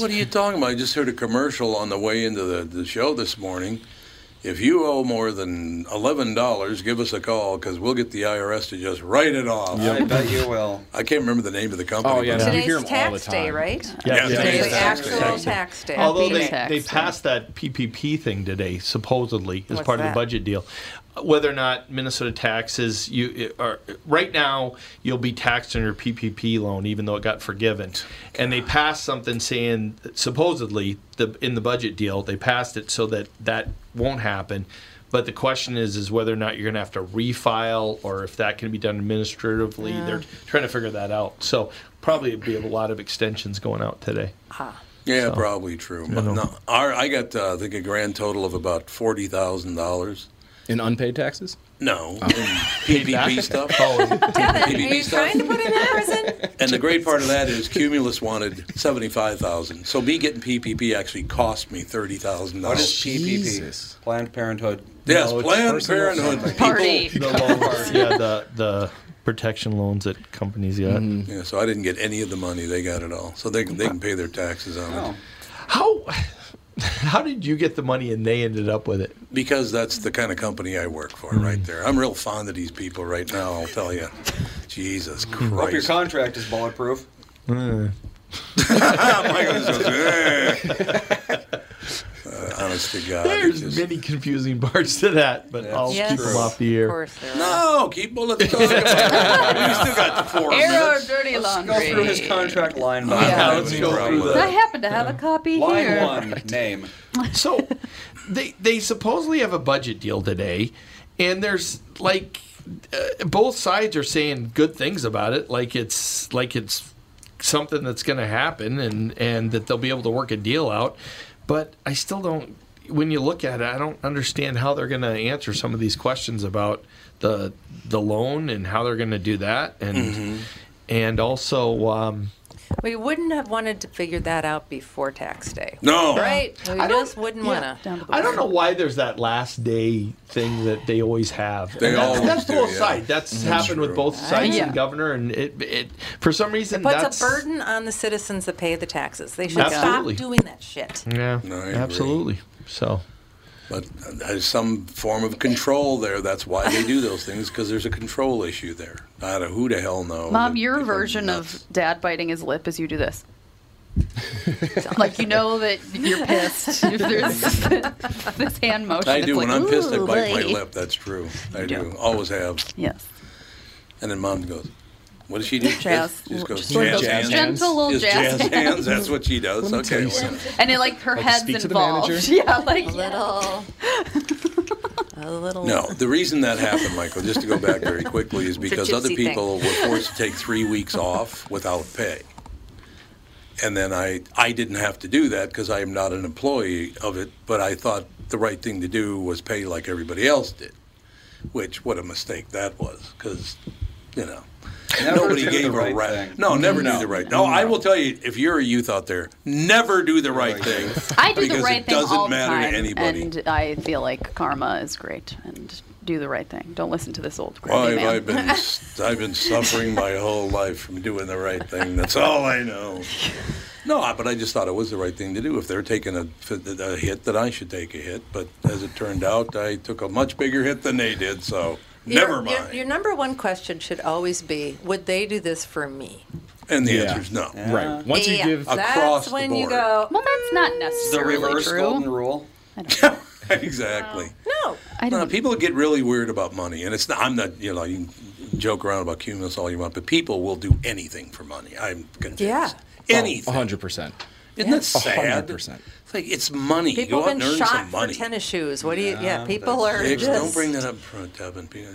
[SPEAKER 1] What are you talking about? I just heard a commercial on the way into the, the show this morning. If you owe more than $11, give us a call because we'll get the IRS to just write it off.
[SPEAKER 6] I bet you will.
[SPEAKER 1] I can't remember the name of the company.
[SPEAKER 2] Oh, yeah,
[SPEAKER 1] but-
[SPEAKER 2] you hear 'em
[SPEAKER 3] It's tax day, right?
[SPEAKER 1] Yeah,
[SPEAKER 3] Today's
[SPEAKER 1] today's
[SPEAKER 3] tax
[SPEAKER 1] tax
[SPEAKER 3] day.
[SPEAKER 1] day.
[SPEAKER 3] actual tax day.
[SPEAKER 7] Although
[SPEAKER 3] Happy
[SPEAKER 7] they,
[SPEAKER 3] tax
[SPEAKER 7] they
[SPEAKER 3] day.
[SPEAKER 7] passed that PPP thing today, supposedly as
[SPEAKER 3] What's
[SPEAKER 7] part of
[SPEAKER 3] that?
[SPEAKER 7] the budget deal. Whether or not Minnesota taxes you uh, are right now, you'll be taxed on your PPP loan, even though it got forgiven. And they passed something saying supposedly the in the budget deal they passed it so that that won't happen. But the question is, is whether or not you're going to have to refile, or if that can be done administratively.
[SPEAKER 3] Yeah.
[SPEAKER 7] They're trying to figure that out. So probably it'd be a lot of extensions going out today.
[SPEAKER 3] Ah.
[SPEAKER 1] Yeah,
[SPEAKER 7] So,
[SPEAKER 1] probably true.
[SPEAKER 7] you
[SPEAKER 1] But
[SPEAKER 7] know.
[SPEAKER 1] no, our, I got, uh, I think, a grand total of about $40,000.
[SPEAKER 2] In unpaid taxes? Oh.
[SPEAKER 1] No, in PPP stuff.
[SPEAKER 3] Are you trying to put him in prison?
[SPEAKER 1] And the great part of that is Cumulus wanted seventy-five thousand. So me getting PPP actually cost me thirty thousand
[SPEAKER 6] What
[SPEAKER 1] dollars.
[SPEAKER 2] Oh,
[SPEAKER 6] is PPP? Planned Parenthood.
[SPEAKER 1] Yes,
[SPEAKER 6] No, it's
[SPEAKER 1] Planned
[SPEAKER 6] personal
[SPEAKER 1] Parenthood.
[SPEAKER 6] something.
[SPEAKER 1] Party.
[SPEAKER 7] the loans, yeah, the the protection loans that companies get.
[SPEAKER 2] Mm-hmm.
[SPEAKER 1] Yeah, so I didn't get any of the money. They got it all. So they can they can pay their taxes on it
[SPEAKER 7] How how did you get the money and they ended up with it?
[SPEAKER 1] because that's the kind of company I work for right there. I'm real fond of these people right now. I'll tell you. Jesus
[SPEAKER 6] Hope your
[SPEAKER 1] Christ.
[SPEAKER 6] contract is bulletproof.
[SPEAKER 1] Michael just
[SPEAKER 2] [laughs]
[SPEAKER 1] goes, "Eh." Uh, honest to God.
[SPEAKER 7] There's many confusing parts to that, but I'll
[SPEAKER 1] Yes,
[SPEAKER 7] keep them off the air.
[SPEAKER 1] No, keep on let's talk about it. We still got four
[SPEAKER 5] Arrow
[SPEAKER 1] minutes.
[SPEAKER 5] of dirty laundry.
[SPEAKER 6] Go through his contract line by
[SPEAKER 1] Yeah.
[SPEAKER 6] line.
[SPEAKER 1] Let's go through
[SPEAKER 6] Problem.
[SPEAKER 5] I happen to have a copy here.
[SPEAKER 6] Line one, name.
[SPEAKER 7] So they they supposedly have a budget deal today, and there's like uh, both sides are saying good things about it, like it's like it's something that's going to happen, and and that they'll be able to work a deal out. But I still don't. When you look at it, I don't understand how they're going to answer some of these questions about the the loan and how they're going to do that, and
[SPEAKER 6] Mm-hmm.
[SPEAKER 7] and also. Um,
[SPEAKER 3] We wouldn't have wanted to figure that out before tax day.
[SPEAKER 7] No.
[SPEAKER 3] Right? We just wouldn't want to.
[SPEAKER 7] I don't know why there's that last day thing that they always have.
[SPEAKER 1] They
[SPEAKER 7] And that's,
[SPEAKER 1] always
[SPEAKER 7] that's
[SPEAKER 1] do,
[SPEAKER 7] both
[SPEAKER 1] yeah.
[SPEAKER 7] sides. That's,
[SPEAKER 1] That's
[SPEAKER 7] happened
[SPEAKER 1] true.
[SPEAKER 7] with both sides
[SPEAKER 3] Yeah.
[SPEAKER 7] and governor, and it, it for some reason
[SPEAKER 3] It puts
[SPEAKER 7] that's
[SPEAKER 3] a burden on the citizens that pay the taxes. They should
[SPEAKER 7] Absolutely.
[SPEAKER 3] stop doing that shit.
[SPEAKER 7] Yeah,
[SPEAKER 1] No, I agree.
[SPEAKER 7] absolutely. So
[SPEAKER 1] But there's some form of control there. That's why they do those things because there's a control issue there. I don't, who the hell knows?
[SPEAKER 5] Mom, your version of dad biting his lip is you do this. like you know that you're pissed [laughs] if there's this hand motion.
[SPEAKER 1] I
[SPEAKER 5] It's
[SPEAKER 1] do.
[SPEAKER 5] like,
[SPEAKER 1] when I'm pissed, I
[SPEAKER 5] "Ooh,
[SPEAKER 1] bite my
[SPEAKER 5] buddy."
[SPEAKER 1] lip. That's true. I do. Always have.
[SPEAKER 5] Yes.
[SPEAKER 1] And then mom goes, "What does she do?"
[SPEAKER 5] Jazz-
[SPEAKER 1] She just goes,
[SPEAKER 5] just one of
[SPEAKER 1] "Jazz,
[SPEAKER 5] those
[SPEAKER 1] hands."
[SPEAKER 5] gentle little
[SPEAKER 1] Just
[SPEAKER 5] jazz
[SPEAKER 1] jazz
[SPEAKER 5] hands.
[SPEAKER 1] hands. That's what she does.
[SPEAKER 5] Let me
[SPEAKER 1] Okay.
[SPEAKER 5] tell you
[SPEAKER 1] well.
[SPEAKER 5] something. And it like her
[SPEAKER 1] Like,
[SPEAKER 5] head's
[SPEAKER 1] speak to the
[SPEAKER 5] involved. [laughs]
[SPEAKER 1] manager?
[SPEAKER 5] yeah, like
[SPEAKER 3] A little. A little.
[SPEAKER 1] No, the reason that happened, Michael, just to go
[SPEAKER 5] [laughs]
[SPEAKER 1] back very quickly, is
[SPEAKER 3] It's a
[SPEAKER 1] because other
[SPEAKER 3] gypsy thing.
[SPEAKER 1] people were forced to take three weeks off without pay. And then I, I didn't have to do that because I am not an employee of it, but I thought the right thing to do was pay like everybody else did, which what a mistake that was because, you know,
[SPEAKER 6] Never
[SPEAKER 1] nobody
[SPEAKER 6] do
[SPEAKER 1] gave
[SPEAKER 6] the right
[SPEAKER 1] a rat.
[SPEAKER 6] thing.
[SPEAKER 1] No, never
[SPEAKER 6] No.
[SPEAKER 1] do the right. No, I will tell you, if you're a youth out there, never do the right thing.
[SPEAKER 5] I do
[SPEAKER 1] because
[SPEAKER 5] the right
[SPEAKER 1] it
[SPEAKER 5] thing
[SPEAKER 1] doesn't
[SPEAKER 5] all the
[SPEAKER 1] matter
[SPEAKER 5] time,
[SPEAKER 1] to anybody.
[SPEAKER 5] and I feel like karma is great. And do the right thing. Don't listen to this old
[SPEAKER 1] Why
[SPEAKER 5] crazy
[SPEAKER 1] have
[SPEAKER 5] man.
[SPEAKER 1] I been I've been suffering my whole life from doing the right thing. That's all I know. No, I- but I just thought it was the right thing to do. If they're taking a, a hit, then I should take a hit. But as it turned out, I took a much bigger hit than they did. So
[SPEAKER 3] Your-
[SPEAKER 1] never
[SPEAKER 3] your-
[SPEAKER 1] mind.
[SPEAKER 3] Your, number one question should always be Would they do this for me?
[SPEAKER 1] And the answer is no.
[SPEAKER 2] Right. Once you
[SPEAKER 5] Yeah.
[SPEAKER 2] give
[SPEAKER 5] That's
[SPEAKER 1] across
[SPEAKER 5] when
[SPEAKER 1] the
[SPEAKER 5] you
[SPEAKER 1] board.
[SPEAKER 5] go. [laughs] Well, that's not necessarily true.
[SPEAKER 1] rule. [laughs] exactly.
[SPEAKER 3] No.
[SPEAKER 5] I
[SPEAKER 1] No, people get really weird about money, and it's not. I'm not. You know, you can joke around about cumulus all you want, but people will do anything for money. I'm convinced.
[SPEAKER 3] Yeah.
[SPEAKER 1] Anything.
[SPEAKER 2] Oh, hundred percent.
[SPEAKER 1] Isn't that
[SPEAKER 2] A hundred
[SPEAKER 1] sad?
[SPEAKER 2] percent.
[SPEAKER 1] It's like it's money.
[SPEAKER 3] People
[SPEAKER 1] Go out
[SPEAKER 3] have
[SPEAKER 1] and
[SPEAKER 3] been
[SPEAKER 1] earn
[SPEAKER 3] shot
[SPEAKER 1] some
[SPEAKER 3] for
[SPEAKER 1] money.
[SPEAKER 3] tennis shoes. What do you? Yeah, people are
[SPEAKER 1] Biggs,
[SPEAKER 3] just.
[SPEAKER 1] Don't bring that up, front, Devin. Be- you know,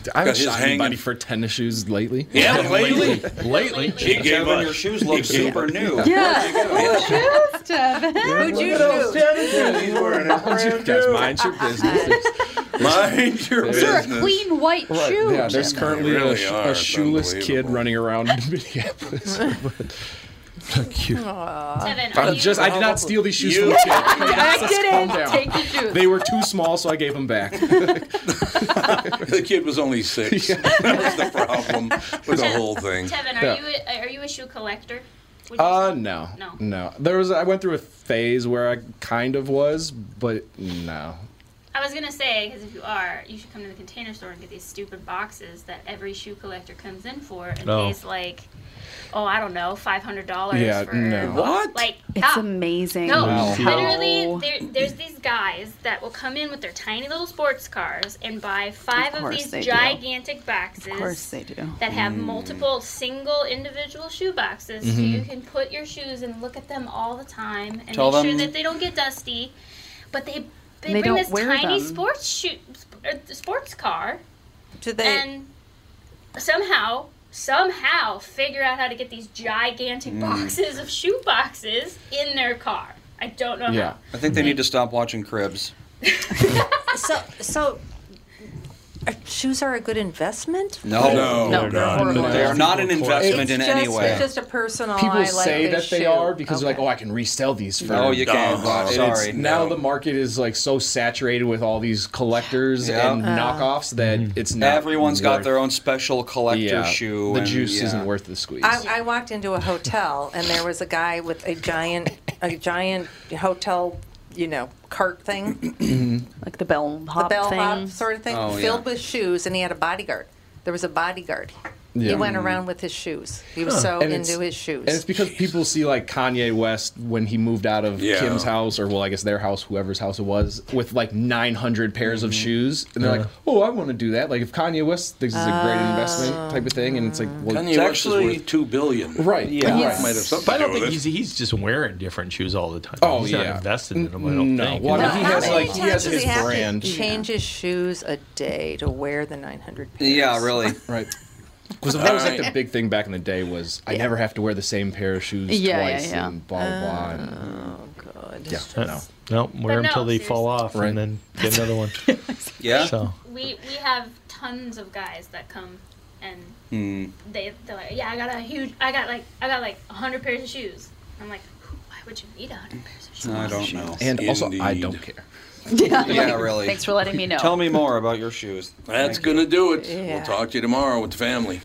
[SPEAKER 2] I
[SPEAKER 1] got
[SPEAKER 2] haven't
[SPEAKER 1] his
[SPEAKER 2] shot
[SPEAKER 1] hanging-
[SPEAKER 2] anybody for tennis shoes lately. [laughs]
[SPEAKER 1] Yeah, but [laughs] lately.
[SPEAKER 7] lately.
[SPEAKER 1] He gave
[SPEAKER 6] Kevin,
[SPEAKER 1] up.
[SPEAKER 6] your shoes look
[SPEAKER 1] He gave
[SPEAKER 6] super
[SPEAKER 1] up.
[SPEAKER 6] new.
[SPEAKER 5] Shoes, Devin.
[SPEAKER 3] Who'd you
[SPEAKER 6] those tennis shoes he's wearing. They're brand
[SPEAKER 2] Guys,
[SPEAKER 6] new.
[SPEAKER 2] mind your
[SPEAKER 3] Uh,
[SPEAKER 2] business.
[SPEAKER 1] mind your
[SPEAKER 5] Those are a clean white
[SPEAKER 3] uh,
[SPEAKER 2] Right.
[SPEAKER 5] shoe.
[SPEAKER 2] Yeah, there's
[SPEAKER 5] Jim.
[SPEAKER 2] currently
[SPEAKER 1] They really
[SPEAKER 2] a, sh-
[SPEAKER 1] are.
[SPEAKER 2] a
[SPEAKER 1] It's
[SPEAKER 2] shoeless kid running around in Minneapolis. [laughs] Cute. I'm just, I did not steal these
[SPEAKER 5] [laughs]
[SPEAKER 2] shoes from the kid.
[SPEAKER 5] I
[SPEAKER 2] Calm
[SPEAKER 5] didn't
[SPEAKER 2] down.
[SPEAKER 5] take the shoes.
[SPEAKER 2] They were too small, so I gave them
[SPEAKER 6] [laughs]
[SPEAKER 2] back.
[SPEAKER 1] the kid was
[SPEAKER 2] [laughs]
[SPEAKER 1] only six. that was the problem with the whole thing.
[SPEAKER 10] Tevin, are
[SPEAKER 2] Yeah.
[SPEAKER 10] you a, are you a shoe collector? Would you
[SPEAKER 2] Uh,
[SPEAKER 10] say-
[SPEAKER 2] no,
[SPEAKER 10] No.
[SPEAKER 2] no. There was, I went through a phase where I kind of was, but no.
[SPEAKER 10] I was gonna say because if you are, you should come to the container store and get these stupid boxes that every shoe collector comes in for and
[SPEAKER 2] No.
[SPEAKER 10] pays like, oh I don't know, five hundred dollars.
[SPEAKER 2] Yeah,
[SPEAKER 10] for,
[SPEAKER 2] no. What?
[SPEAKER 10] Like ah,
[SPEAKER 5] It's amazing.
[SPEAKER 10] No,
[SPEAKER 5] how-
[SPEAKER 10] literally, there, there's these guys that will come in with their tiny little sports cars and buy five
[SPEAKER 5] Of
[SPEAKER 10] of,
[SPEAKER 5] course
[SPEAKER 10] these
[SPEAKER 5] they do.
[SPEAKER 10] gigantic boxes.
[SPEAKER 5] Of course they do.
[SPEAKER 10] That have
[SPEAKER 6] Mm.
[SPEAKER 10] multiple single individual shoe boxes,
[SPEAKER 6] Mm-hmm.
[SPEAKER 10] so
[SPEAKER 5] Mhm.
[SPEAKER 10] you can put your shoes and look at them all the time and
[SPEAKER 5] Tell
[SPEAKER 10] make
[SPEAKER 5] them-
[SPEAKER 10] sure that they don't get dusty. But they they,
[SPEAKER 5] They
[SPEAKER 10] bring
[SPEAKER 5] don't
[SPEAKER 10] this
[SPEAKER 5] wear
[SPEAKER 10] tiny
[SPEAKER 5] them.
[SPEAKER 10] sports shoe or sports car.
[SPEAKER 3] Do they?
[SPEAKER 10] And somehow somehow figure out how to get these gigantic
[SPEAKER 6] Mm.
[SPEAKER 10] boxes of shoe boxes in their car. I don't know how.
[SPEAKER 6] I think they need to stop watching Cribs.
[SPEAKER 3] so so are- shoes are a good investment?
[SPEAKER 6] No,
[SPEAKER 3] No,
[SPEAKER 2] No,
[SPEAKER 3] no, no.
[SPEAKER 6] They are not an
[SPEAKER 2] It's
[SPEAKER 6] investment in
[SPEAKER 3] It's
[SPEAKER 6] any
[SPEAKER 3] just,
[SPEAKER 6] way.
[SPEAKER 3] it's just a personal.
[SPEAKER 2] People
[SPEAKER 3] I like
[SPEAKER 2] say
[SPEAKER 3] this
[SPEAKER 2] that they
[SPEAKER 3] shoe.
[SPEAKER 2] are because they're like, oh, I can resell these for.
[SPEAKER 6] No, Oh, you can't,
[SPEAKER 2] Uh-huh.
[SPEAKER 6] Bob.
[SPEAKER 2] And it's-
[SPEAKER 6] Sorry.
[SPEAKER 2] Now
[SPEAKER 6] No.
[SPEAKER 2] the market is like so saturated with all these collectors
[SPEAKER 6] Yeah.
[SPEAKER 2] and
[SPEAKER 6] Uh.
[SPEAKER 2] knockoffs that it's not.
[SPEAKER 6] Everyone's got
[SPEAKER 2] worth-
[SPEAKER 6] their own special collector
[SPEAKER 2] Yeah,
[SPEAKER 6] shoe.
[SPEAKER 2] The
[SPEAKER 6] and,
[SPEAKER 2] juice
[SPEAKER 6] yeah.
[SPEAKER 2] isn't worth the squeeze.
[SPEAKER 3] I, I walked into a hotel and there was a guy with a giant, a giant hotel, you know, cart
[SPEAKER 2] [clears throat]
[SPEAKER 3] thing,
[SPEAKER 1] Mm.
[SPEAKER 5] [clears throat] like the bell
[SPEAKER 3] the
[SPEAKER 5] hop thing.
[SPEAKER 3] bellhop sort of thing,
[SPEAKER 5] Oh, yeah.
[SPEAKER 3] filled with shoes, and he had a bodyguard. There was a bodyguard. He
[SPEAKER 2] Yeah.
[SPEAKER 3] went
[SPEAKER 2] Mm.
[SPEAKER 3] around with his shoes. He was
[SPEAKER 2] Huh.
[SPEAKER 3] so
[SPEAKER 2] And
[SPEAKER 3] into
[SPEAKER 2] it's-
[SPEAKER 3] his shoes.
[SPEAKER 2] And it's because people see like Kanye West when he moved out of
[SPEAKER 1] Yeah.
[SPEAKER 2] Kim's house, or well, I guess their house, whoever's house it was, with like 900 pairs of shoes, and they're
[SPEAKER 1] Yeah.
[SPEAKER 2] like, "Oh, I want to do that." Like if Kanye West thinks it's a great
[SPEAKER 3] Oh.
[SPEAKER 2] investment type of thing, and it's like, well,
[SPEAKER 1] Kanye
[SPEAKER 2] it's
[SPEAKER 1] West
[SPEAKER 2] actually
[SPEAKER 1] is worth two billion.
[SPEAKER 2] Right, yeah, right.
[SPEAKER 1] Might have something
[SPEAKER 7] But I
[SPEAKER 1] to do
[SPEAKER 7] don't
[SPEAKER 1] with
[SPEAKER 7] think
[SPEAKER 1] it.
[SPEAKER 7] he's, he's just wearing different shoes all the time.
[SPEAKER 2] Oh,
[SPEAKER 7] he's
[SPEAKER 2] yeah.
[SPEAKER 7] not invested in them. I don't
[SPEAKER 2] No.
[SPEAKER 7] think.
[SPEAKER 2] Well, I mean, he
[SPEAKER 3] How
[SPEAKER 2] has,
[SPEAKER 3] many
[SPEAKER 2] like, he
[SPEAKER 3] times
[SPEAKER 2] has
[SPEAKER 3] does
[SPEAKER 2] his
[SPEAKER 3] he have
[SPEAKER 2] brand.
[SPEAKER 3] To change his shoes a day to wear the 900 pairs.
[SPEAKER 6] Yeah, really.
[SPEAKER 3] [laughs]
[SPEAKER 2] right. Because that was like
[SPEAKER 3] Alright.
[SPEAKER 2] the big thing back in the day was I never have to wear the same pair of shoes
[SPEAKER 3] Yeah, yeah,
[SPEAKER 2] twice
[SPEAKER 3] yeah.
[SPEAKER 2] and blah blah. blah
[SPEAKER 3] oh god.
[SPEAKER 2] Yeah, no.
[SPEAKER 7] No, wear
[SPEAKER 10] But
[SPEAKER 7] them
[SPEAKER 10] no,
[SPEAKER 7] till they fall off, and then get another one.
[SPEAKER 6] Yeah.
[SPEAKER 7] So
[SPEAKER 10] We we have tons of guys that come and
[SPEAKER 6] Hmm.
[SPEAKER 10] they they're like, yeah, I got a huge, I got like, I got like hundred pairs of shoes. I'm like, why would you need hundred pairs of shoes?
[SPEAKER 6] I don't know.
[SPEAKER 2] And also, I don't care.
[SPEAKER 5] Yeah,
[SPEAKER 6] Yeah,
[SPEAKER 5] like,
[SPEAKER 6] really.
[SPEAKER 5] Thanks for letting me know.
[SPEAKER 6] Tell me more about your shoes.
[SPEAKER 1] That's
[SPEAKER 6] Thank
[SPEAKER 1] going to do it.
[SPEAKER 5] Yeah.
[SPEAKER 1] We'll talk to you tomorrow with the family.